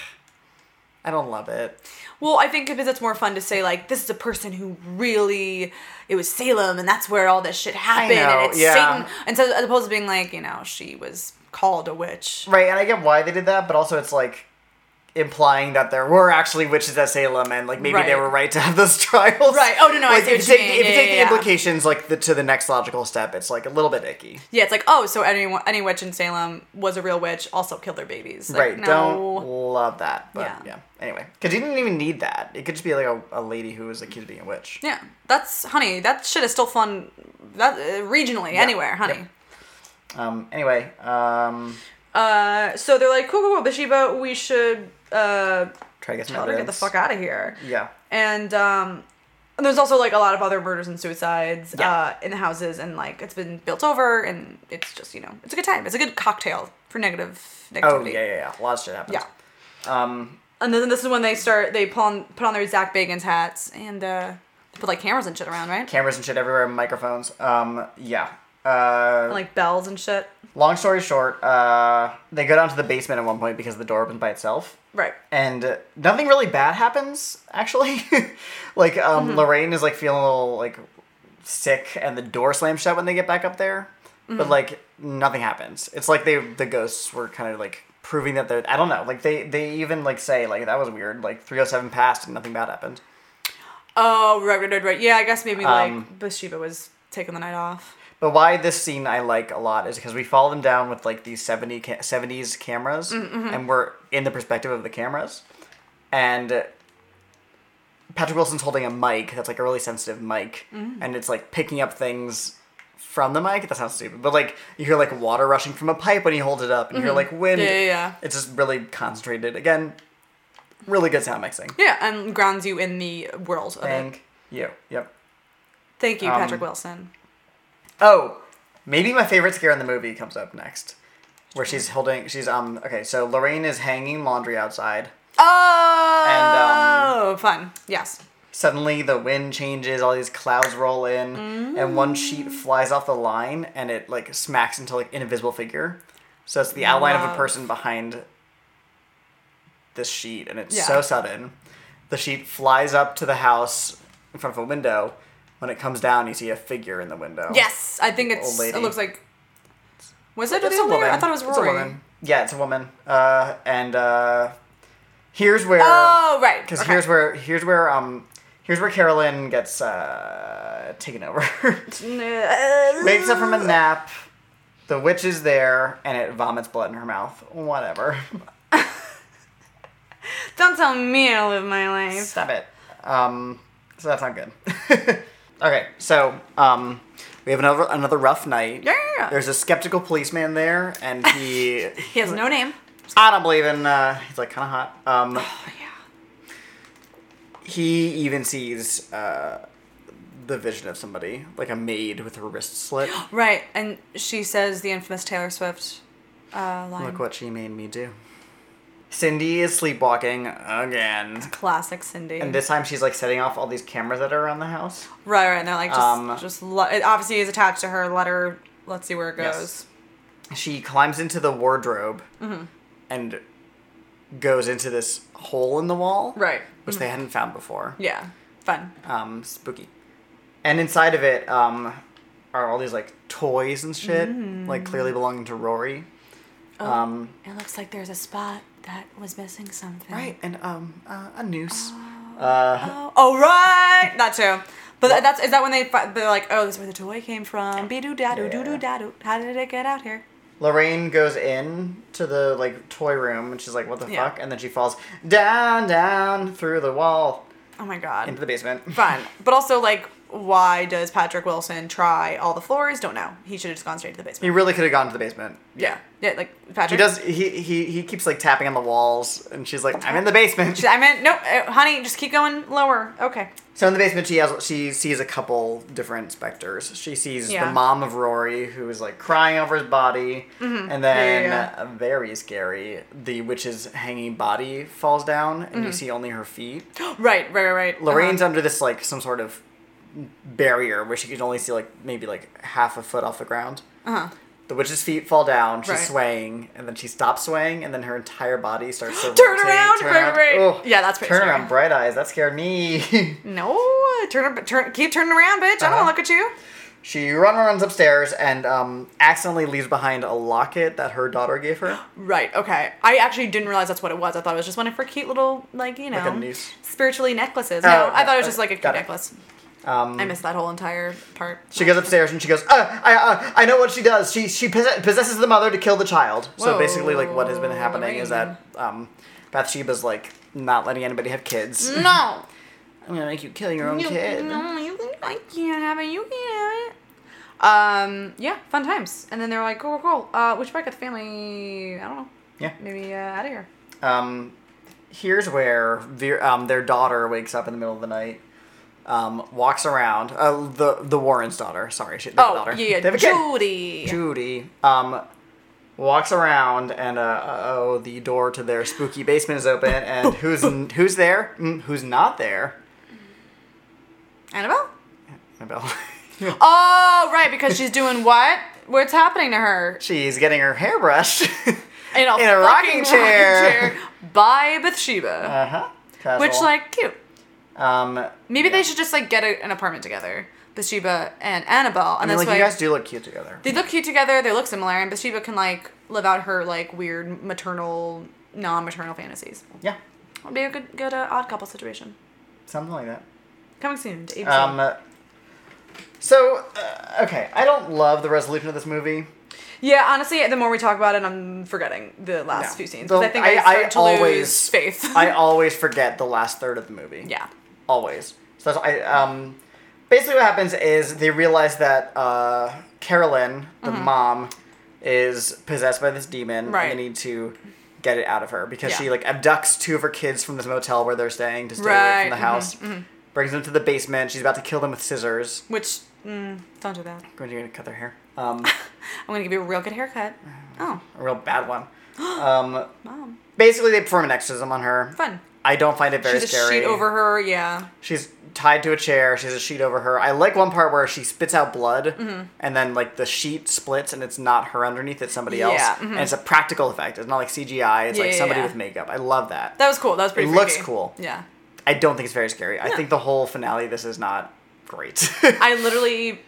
S1: I don't love it.
S2: Well, I think because it's more fun to say like this is a person who really it was Salem and that's where all this shit happened
S1: know,
S2: and it's
S1: yeah.
S2: Satan and so as opposed to being like you know she was called a witch.
S1: Right, and I get why they did that, but also it's like implying that there were actually witches at Salem and like maybe they
S2: Right.
S1: were right to have those trials.
S2: Right. Oh, no, no, I
S1: Like,
S2: see
S1: if
S2: what
S1: you take,
S2: you mean.
S1: If you
S2: Yeah,
S1: take
S2: yeah,
S1: the
S2: yeah.
S1: implications like the, to the next logical step, it's like a little bit icky.
S2: Yeah, it's like oh so anyone any witch in Salem was a real witch also killed their babies. Like,
S1: right.
S2: No.
S1: Don't love that. But yeah.
S2: Yeah.
S1: Anyway, because you didn't even need that. It could just be like a, a lady who was accused of being a witch.
S2: Yeah, that's honey. That shit is still fun. That uh, regionally anywhere, honey.
S1: Yep. Um. Anyway. Um.
S2: Uh, so they're like cool, cool, cool, Bathsheba. We should uh
S1: Try to get some
S2: tell her
S1: evidence.
S2: to get the fuck out of here.
S1: Yeah.
S2: and um and there's also like a lot of other murders and suicides
S1: Yeah.
S2: uh, in the houses and like it's been built over and it's just you know it's a good time it's a good cocktail for negative negativity
S1: Oh yeah, yeah, yeah. A lot of shit happens.
S2: Yeah.
S1: Um.
S2: and then this is when they start they pull on, put on their Zach Bagans hats and uh they put like cameras and shit around right
S1: Cameras and shit everywhere. Microphones. Um. Yeah. Uh.
S2: and, like bells and shit
S1: Long story short, uh, they go down to the basement at one point because the door opens by itself.
S2: right
S1: And uh, nothing really bad happens, actually. like, um, Lorraine is, like, feeling a little, like, sick, and the door slams shut when they get back up there. But, like, nothing happens. It's like they the ghosts were kind of, like, proving that they're... I don't know. Like, they, they even, like, say, like, that was weird. Like, 307 passed and nothing bad happened.
S2: oh right right right, right. yeah I guess maybe like
S1: Um,
S2: Bathsheba was taking the night off
S1: But why this scene I like a lot is because we follow them down with like these 70 ca- 70s cameras
S2: Mm, mm-hmm.
S1: and we're in the perspective of the cameras. And Patrick Wilson's holding a mic that's like a really sensitive mic
S2: Mm.
S1: and it's like picking up things from the mic. That sounds stupid, but like you hear like water rushing from a pipe when you hold it up and you hear like wind.
S2: Mm-hmm. Yeah, yeah, yeah.
S1: It's just really concentrated. Again, really good sound mixing.
S2: yeah and grounds you in the world of it
S1: Thank you. Yep.
S2: thank you
S1: Um,
S2: Patrick Wilson
S1: Oh, maybe my favorite scare in the movie comes up next, where she's holding. She's um. Okay, so Lorraine is hanging laundry outside. um,
S2: oh fun yes
S1: Suddenly, the wind changes. All these clouds roll in, and one
S2: Mm.
S1: sheet flies off the line, and it like smacks into like an invisible figure. So it's the outline of a
S2: Love.
S1: person behind this sheet, and it's
S2: Yeah.
S1: so sudden. The sheet flies up to the house in front of a window. When it comes down, you see a figure in the window.
S2: Yes, I think it's.
S1: Old lady.
S2: It looks like. Was it
S1: It's
S2: the
S1: a
S2: old lady?
S1: woman.
S2: I thought it was
S1: It's a
S2: Rory.
S1: woman. Yeah, it's a woman. Uh, and uh, here's where
S2: Oh right.
S1: because
S2: okay.
S1: here's where here's where um here's where Carolyn gets uh, taken over. Wakes up from a nap. The witch is there, and it vomits blood in her mouth. Whatever.
S3: Don't tell me how to live my life.
S1: Stop it. Um, so that's not good. okay, so um, we have another another rough night.
S2: Yeah, yeah, yeah.
S1: There's a skeptical policeman there, and he
S2: He has no name.
S1: I don't believe in. Uh, he's like kind of hot. Um, he even sees uh, the vision of somebody, like a maid with her wrist slit.
S2: Right, and she says the infamous Taylor Swift uh, line.
S1: Look what she made me do. Cindy is sleepwalking again,
S2: Classic Cindy.
S1: and this time she's like setting off all these cameras that are around the house.
S2: right, right, and they're like just,
S1: Um,
S2: just let, it obviously is attached to her. Let her. Let's see where it goes.
S1: Yes. She climbs into the wardrobe
S2: Mm-hmm.
S1: and goes into this hole in the wall,
S2: Right. Mm-hmm.
S1: Which they hadn't found before.
S2: Yeah. Fun.
S1: um, spooky. And inside of it um, are all these like toys and shit,
S2: Mm-hmm.
S1: like clearly belonging to Rory.
S2: Oh.
S1: Um,
S3: It looks like there's a spot that was missing something.
S1: right, and um, uh, a noose. Uh,
S2: Oh, oh right, that too. But that's is that when they fi- they're like, oh, this is where the toy came from. Be doo da doo doo doo da doo. How did it get out here?
S1: Lorraine goes in to the like toy room and she's like, "What the
S2: Yeah.
S1: fuck?" And then she falls down, down through the wall
S2: Oh my god.
S1: into the basement.
S2: Fun, but also like, why does Patrick Wilson try all the floors? Don't know. He should have just gone straight to the
S1: He
S2: basement.
S1: really could have gone to the basement.
S2: Yeah, yeah. Like Patrick.
S1: He does. He he he keeps like tapping on the walls, and she's like, "I'm in the basement."
S2: She's- I meant no, uh, honey. Just keep going lower. Okay.
S1: So in the basement, she has she sees a couple different specters. She sees
S2: Yeah.
S1: the mom of Rory, who is like crying over his body, and then
S2: Mm-hmm. Yeah,
S1: uh, very scary, the witch's hanging body falls down, and
S2: Mm-hmm.
S1: you see only her feet.
S2: Right, right, right, right.
S1: Lorraine's
S2: Uh-huh.
S1: under this like some sort of barrier where she can only see like maybe like half a foot off the ground.
S2: Uh-huh.
S1: The witch's feet fall down. She's
S2: Right.
S1: swaying, and then she stops swaying, and then her entire body starts to
S2: Turn
S1: rotate,
S2: around, right, right. Yeah, that's pretty
S1: turn
S2: scary.
S1: around, bright eyes. That scared me.
S2: Uh-huh. No, turn, up- turn, keep turning around, bitch. I don't
S1: Uh-huh.
S2: want to look at you.
S1: She run runs upstairs and um, accidentally leaves behind a locket that her daughter gave her.
S2: Right. Okay. I actually didn't realize that's what it was. I thought it was just one of her cute little, like you know,
S1: Like a noose.
S2: spiritually necklaces.
S1: Oh,
S2: no, I
S1: okay,
S2: thought it was
S1: okay,
S2: just like a cute
S1: got it.
S2: necklace.
S1: Um,
S2: I missed that whole entire part.
S1: she goes upstairs and she goes, uh, I, uh, I know what she does. She she possess- possesses the mother to kill the child. So
S2: Whoa,
S1: basically, like what has been happening is that um, Bathsheba's like not letting anybody have kids.
S3: No.
S1: I'm gonna make you kill your own
S2: You-
S1: kid.
S2: Mm. No, you can, I can't have it. You can't have it. Um, yeah, fun times. And then they're like, cool, cool, cool. Uh, we should probably get the family, I don't know,
S1: Yeah.
S2: maybe uh, out of here.
S1: Um, here's where Ve- um, their daughter wakes up in the middle of the night. Um, walks around. Uh, the the Warren's daughter. Sorry, she, they have a
S2: Oh,
S1: daughter.
S2: yeah,
S1: They have
S2: yeah.
S1: a kid.
S2: Judy.
S1: Judy um, walks around and uh, oh, the door to their spooky basement is open, and who's who's there? Mm, who's not there?
S2: Annabelle?
S1: Annabelle.
S2: Oh, right, because she's doing what? What's happening to her?
S1: She's getting her hair brushed
S2: In a,
S1: in a
S2: fucking
S1: rocking chair.
S2: chair by Bathsheba.
S1: Uh huh.
S2: which, like, cute.
S1: um, I
S2: Maybe they should just, like, get a, an apartment together. Bathsheba and Annabelle. And
S1: mean,
S2: that's
S1: like
S2: why
S1: you guys do look cute together.
S2: They look cute together. They look similar, and Bathsheba can like live out her like weird maternal, non-maternal fantasies.
S1: Yeah,
S2: It'd be a good, good uh, odd couple situation.
S1: something like that.
S2: Coming soon to ABC.
S1: Um, so uh, okay, I don't love the resolution of this movie.
S2: yeah, honestly, the more we talk about it, I'm forgetting the last
S1: No.
S2: few scenes.
S1: The-
S2: Because I think I, start to
S1: always
S2: lose faith.
S1: I always forget the last third of the movie.
S2: yeah.
S1: always. So that's I um basically what happens is they realize that uh Carolyn, the mom, is possessed by this demon
S2: Mm-hmm. Right.
S1: and they need to get it out of her because she
S2: Yeah.
S1: like abducts two of her kids from this motel where they're staying to stay away
S2: Right,
S1: from the
S2: mhm,
S1: house. Brings them to the basement. She's about to kill them with scissors.
S2: Which mm, don't do that.
S1: Going to cut their hair. Um,
S2: I'm gonna give you a real good haircut. Oh,
S1: a real bad one. Um,
S2: mom,
S1: basically, they perform an exorcism on her.
S2: fun.
S1: I don't find it very
S2: She's a
S1: scary.
S2: sheet over her. Yeah.
S1: She's tied to a chair. She has a sheet over her. I like one part where she spits out blood,
S2: Mm-hmm.
S1: and then like the sheet splits, and it's not her underneath; it's somebody else,
S2: Yeah, mhm.
S1: and it's a practical effect. It's not like CGI. It's
S2: Yeah,
S1: like
S2: yeah,
S1: somebody
S2: yeah.
S1: with makeup. I love that.
S2: That was cool. That was pretty.
S1: It looks
S2: freaky.
S1: cool.
S2: Yeah.
S1: I don't think it's very scary. I think the whole finale. of This is not great.
S2: I literally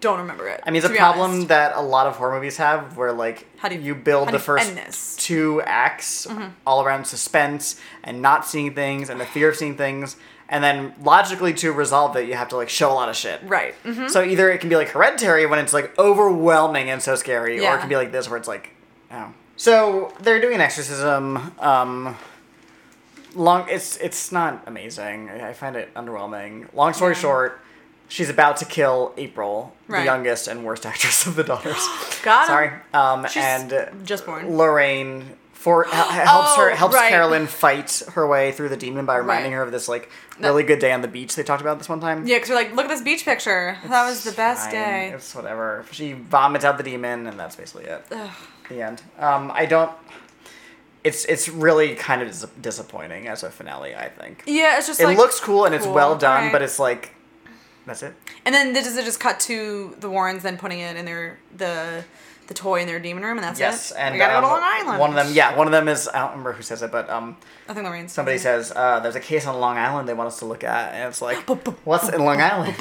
S2: don't remember it.
S1: I mean, it's
S2: to
S1: a
S2: be
S1: problem
S2: honest.
S1: that a lot of horror movies have, where like
S2: How do you-
S1: build
S2: how
S1: the
S2: do you
S1: first
S2: end this? Mm-hmm.
S1: two acts all around suspense and not seeing things and the fear of seeing things, and then logically to resolve it, you have to like show a lot of shit.
S2: Right. mhm.
S1: So either it can be like hereditary when it's like overwhelming and so scary, or
S2: Yeah.
S1: it can be like this where it's like, oh. So they're doing an exorcism. Um, long it's it's not amazing. I I find it underwhelming. Long story
S2: Yeah.
S1: short, she's about to kill April, the
S2: Right.
S1: youngest and worst actress of the daughters.
S2: Got him.
S1: Sorry. Um,
S2: She's
S1: and uh,
S2: just born.
S1: Lorraine. For, h- helps
S2: Oh,
S1: her helps
S2: right.
S1: Carolyn fight her way through the demon by reminding
S2: Right.
S1: her of this like really good day on the beach they talked about this one time.
S2: Yeah, because we're like, look at this beach picture. that was the best
S1: Fine.
S2: day.
S1: It's whatever. She vomits out the demon, and that's basically it.
S2: Ugh.
S1: The end. Um, I don't. It's it's really kind of dis- disappointing as a finale. I think
S2: Yeah, it's just
S1: it
S2: like
S1: looks cool and it's
S2: cool.
S1: well done,
S2: Alright.
S1: but it's like that's it.
S2: And then this is just cut to the Warrens then putting it in their the the toy in their demon room, and that's
S1: Yes,
S2: it.
S1: and
S2: we gotta go to
S1: um,
S2: Long Island.
S1: One of them, yeah, one of them is I don't remember who says it, but um,
S2: I think Lorraine's
S1: somebody says uh, there's a case on Long Island they want us to look at, and it's like what's in Long Island?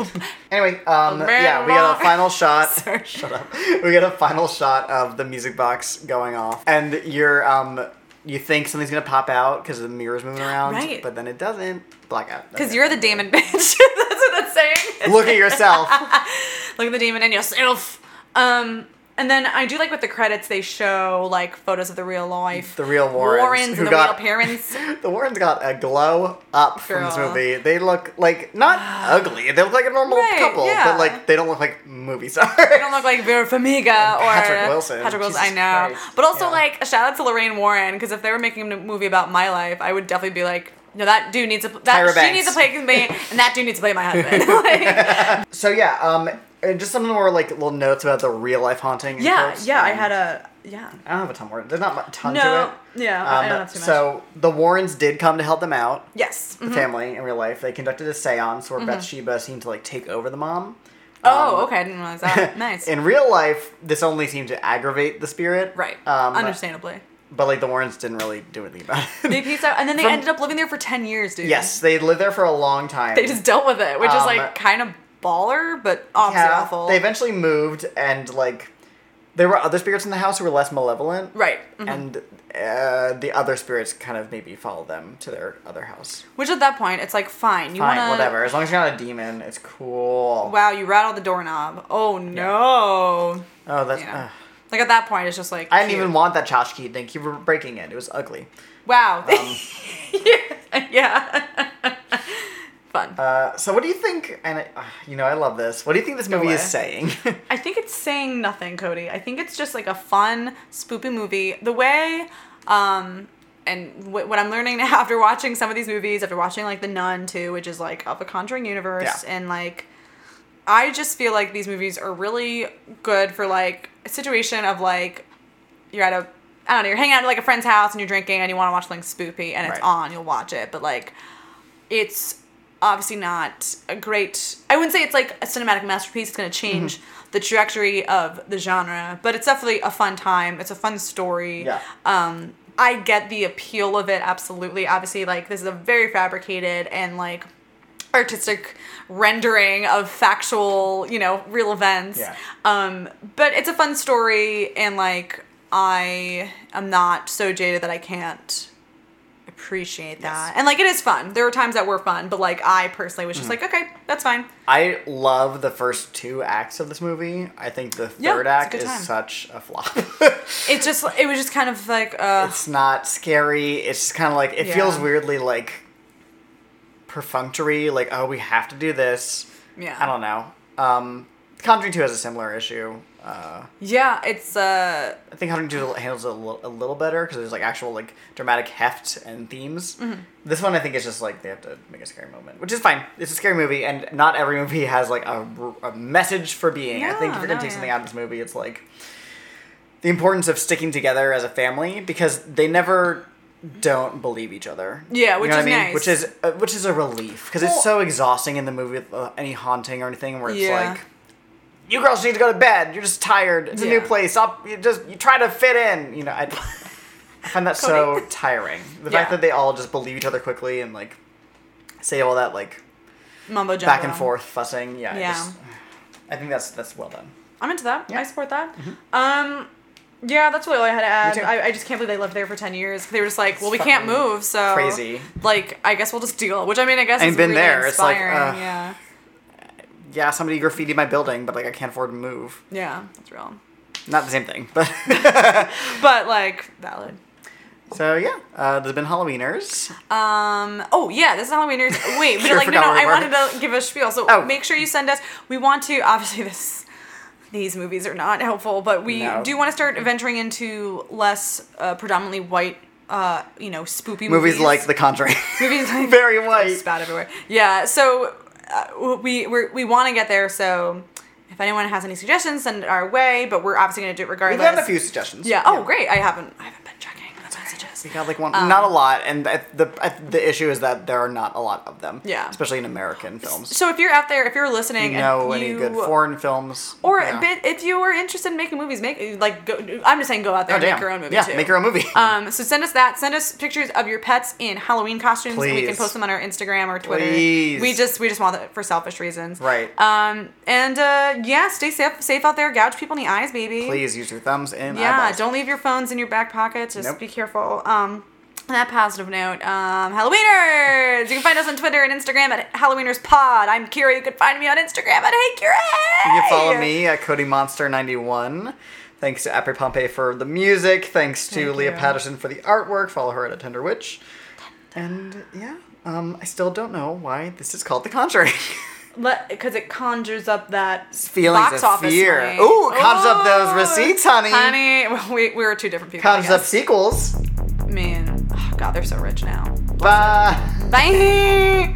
S1: anyway, um,
S2: man
S1: yeah, we got a
S2: Long-
S1: final shot.
S2: Sorry.
S1: Shut up. We get a final shot of the music box going off, and you're um, you think something's gonna pop out because the mirror's moving around,
S2: Right.
S1: but then it doesn't. Blackout.
S2: because
S1: Okay.
S2: you're the demon bitch. that's what that's saying.
S1: Look at yourself.
S2: look at the demon in yourself. Um, and then I do like with the credits they show like photos of the real life,
S1: The real Warrens,
S2: Warrens
S1: who
S2: and the
S1: got-
S2: real parents.
S1: The Warrens got a glow up from this
S2: Girl.
S1: movie. They look like not ugly. They look like a normal
S2: Right,
S1: couple,
S2: yeah.
S1: but like they don't look like movie stars.
S2: They don't look like Vera Farmiga or
S1: Patrick Wilson.
S2: Patrick Wilson,
S1: Jesus
S2: I know.
S1: Christ.
S2: But also
S1: Yeah.
S2: like a shout out to Lorraine Warren because if they were making a movie about my life, I would definitely be like, no, that dude needs to that
S1: Tyra
S2: she
S1: Banks.
S2: needs to play me, and that dude needs to play my husband. Like,
S1: So yeah, um, and just some more like little notes about the real life haunting. and
S2: yeah,
S1: cults.
S2: yeah, I
S1: Um,
S2: had a yeah.
S1: I don't have a ton more. There's not a ton
S2: No,
S1: to it.
S2: yeah,
S1: Um,
S2: I don't have too much.
S1: So um, the Warrens did come to help them out.
S2: Yes.
S1: The
S2: mhm.
S1: family in real life. They conducted a séance
S2: Mm-hmm.
S1: where Bathsheba seemed to like take over the mom.
S2: Oh,
S1: Um,
S2: okay. I didn't realize that. Nice.
S1: In real life, this only seemed to aggravate the spirit.
S2: right.
S1: Um,
S2: Understandably.
S1: But like the Warrens didn't really do anything about it.
S2: They peace out, and then they
S1: From-
S2: ended up living there for ten years, dude.
S1: yes, they lived there for a long time.
S2: They just dealt with it, which is
S1: Um,
S2: like kind of baller, but obviously
S1: Yeah,
S2: awful.
S1: They eventually moved, and like there were other spirits in the house who were less malevolent.
S2: right. mhm.
S1: and uh, the other spirits kind of maybe follow them to their other house.
S2: Which at that point, it's like fine. You
S1: Fine,
S2: wanna
S1: whatever. As long as you're not a demon, it's cool.
S2: Wow, you rattled the doorknob. Oh no.
S1: oh, that's.
S2: You know.
S1: ugh.
S2: Like at that point, it's just like
S1: I didn't
S2: cute.
S1: even want that tchotchke. Thank you for breaking it. It was ugly.
S2: Wow.
S1: Um,
S2: yeah. Fun.
S1: uh, so, what do you think? And I, uh, you know, I love this. What do you think this movie is
S2: way.
S1: saying?
S2: I think it's saying nothing, Cody. I think it's just like a fun, spoopy movie. The way, um, and w- what I'm learning now after watching some of these movies, after watching like The Nun too, which is like of a Conjuring universe,
S1: Yeah.
S2: and like, I just feel like these movies are really good for like a situation of like, you're at a, I don't know, you're hanging out at like a friend's house and you're drinking and you want to watch something spoopy and it's
S1: Right.
S2: on, you'll watch it, but like, it's obviously not a great i wouldn't say it's like a cinematic masterpiece it's going to change
S1: Mm-hmm.
S2: the trajectory of the genre but it's definitely a fun time it's a fun story
S1: Yeah.
S2: um i get the appeal of it absolutely obviously like this is a very fabricated and like artistic rendering of factual you know real events
S1: Yeah.
S2: um but it's a fun story and like i am not so jaded that i can't appreciate that. And like it is fun. There were times that were fun, but like I personally was just
S1: Mm-hmm.
S2: like, okay, that's fine.
S1: I love the first two acts of this movie. I think the
S2: Yeah,
S1: third
S2: it's a
S1: act
S2: good
S1: is
S2: time.
S1: such a flop.
S2: It just it was just kind of like uh
S1: it's not scary. It's just kind of like it
S2: Yeah.
S1: feels weirdly like perfunctory. Like oh, we have to do this.
S2: Yeah.
S1: I don't know. Um, Conjuring Two has a similar issue. Uh,
S2: yeah, it's uh
S1: I think Conjuring Two handles it a little, a little better because there's like actual like dramatic heft and themes.
S2: Mm-hmm.
S1: This one I think is just like they have to make a scary moment, which is fine. It's a scary movie, and not every movie has like a, a message for being. I think if
S2: Yeah,
S1: you're gonna
S2: no,
S1: take
S2: yeah.
S1: something out of this movie, it's like the importance of sticking together as a family because they never don't believe each other.
S2: Yeah, which
S1: you know what
S2: is
S1: I mean?
S2: nice.
S1: Which is uh, which is a relief because
S2: Well-
S1: it's so exhausting in the movie with uh, any haunting or anything where it's
S2: Yeah.
S1: like you girls need to go to bed. You're just tired. It's a new
S2: Yeah.
S1: place. Stop. You just you try to fit in. You know, I, I find that so
S2: Cody.
S1: tiring. The
S2: Yeah.
S1: fact that they all just believe each other quickly and like say all that like
S2: mumbo jumbo.
S1: back and forth fussing. Yeah.
S2: Uh-huh. Yeah.
S1: I, just- I think that's that's well done.
S2: I'm into that.
S1: Yeah. Mm-hmm.
S2: I support that. Um yeah, that's really all I had to add.
S1: Me too.
S2: I, I just can't believe they lived there for ten years. They were just like, well, we
S1: It's
S2: can't
S1: fucking
S2: move, so
S1: crazy.
S2: Like, I guess we'll just deal. Which I mean, I guess
S1: And
S2: is
S1: been
S2: really
S1: there, it's like, ugh.
S2: inspiring. yeah,
S1: Yeah, somebody graffitied my building, but like I can't afford to move.
S2: yeah, that's real.
S1: Not the same thing, but
S2: But like, valid.
S1: so yeah. Uh, there's been Halloweeners.
S2: Um. Oh yeah, this is Halloweeners. Wait, but
S1: Sure
S2: like no, no,
S1: forgot where
S2: I
S1: we
S2: wanted
S1: were.
S2: to give a spiel. So
S1: Oh.
S2: make sure you send us. We want to obviously this. These movies are not helpful, but we
S1: No.
S2: do want to start venturing into less uh, predominantly white, uh, you know, spoopy
S1: Movies like The Conjuring.
S2: movies like
S1: Very white.
S2: spat everywhere. Yeah. So uh, we we're, we want to get there. So if anyone has any suggestions, send it our way. But we're obviously going to do it
S1: We've
S2: regardless.
S1: gotten a few suggestions.
S2: Yeah. Oh, great. Um, I haven't. I haven't been checking the messages.
S1: We got like one, not a lot, and th- the uh, the issue is that there are not a lot of them.
S2: Yeah.
S1: especially in American films.
S2: So if you're out there, if you're listening,
S1: You know
S2: and
S1: any
S2: you,
S1: good foreign films?
S2: Or
S1: Yeah.
S2: but if you were interested in making movies, make like go, I'm just saying, go out there
S1: Oh,
S2: and
S1: damn.
S2: make your own movie
S1: Yeah,
S2: too.
S1: make your own movie.
S2: Um, so send us that. Send us pictures of your pets in Halloween costumes. And we can
S1: Please.
S2: post them on our Instagram or Twitter.
S1: Please.
S2: We just we just want it for selfish reasons.
S1: Right.
S2: Um, and uh, yeah, stay safe safe out there. Gouge people in the eyes, baby.
S1: Please use your thumbs and
S2: Yeah,
S1: eyeballs.
S2: don't leave your phones in your back pockets. Just
S1: Nope.
S2: be careful. Um, On that positive note, um, Halloweeners! You can find us on Twitter and Instagram at Halloweeners Pod. I'm Kira. You can find me on Instagram at Hey Kira.
S1: You can follow me at Cody Monster 91. Thanks to Apri Pompey for the music. Thanks to
S2: Thank
S1: Leah
S2: you.
S1: Patterson for the artwork. Follow her at Tender Witch. And yeah, um, I still don't know why this is called The Conjuring.
S2: because it conjures up that
S1: Feelings
S2: box
S1: of
S2: office
S1: fear.
S2: money.
S1: Ooh, it conjures up those
S2: Ooh.
S1: receipts, honey.
S2: Honey, well, we, we were two different people.
S1: Conjures
S2: I
S1: up
S2: guess.
S1: sequels.
S2: I mean, oh, God, they're so rich now.
S1: Bye.
S2: Bye.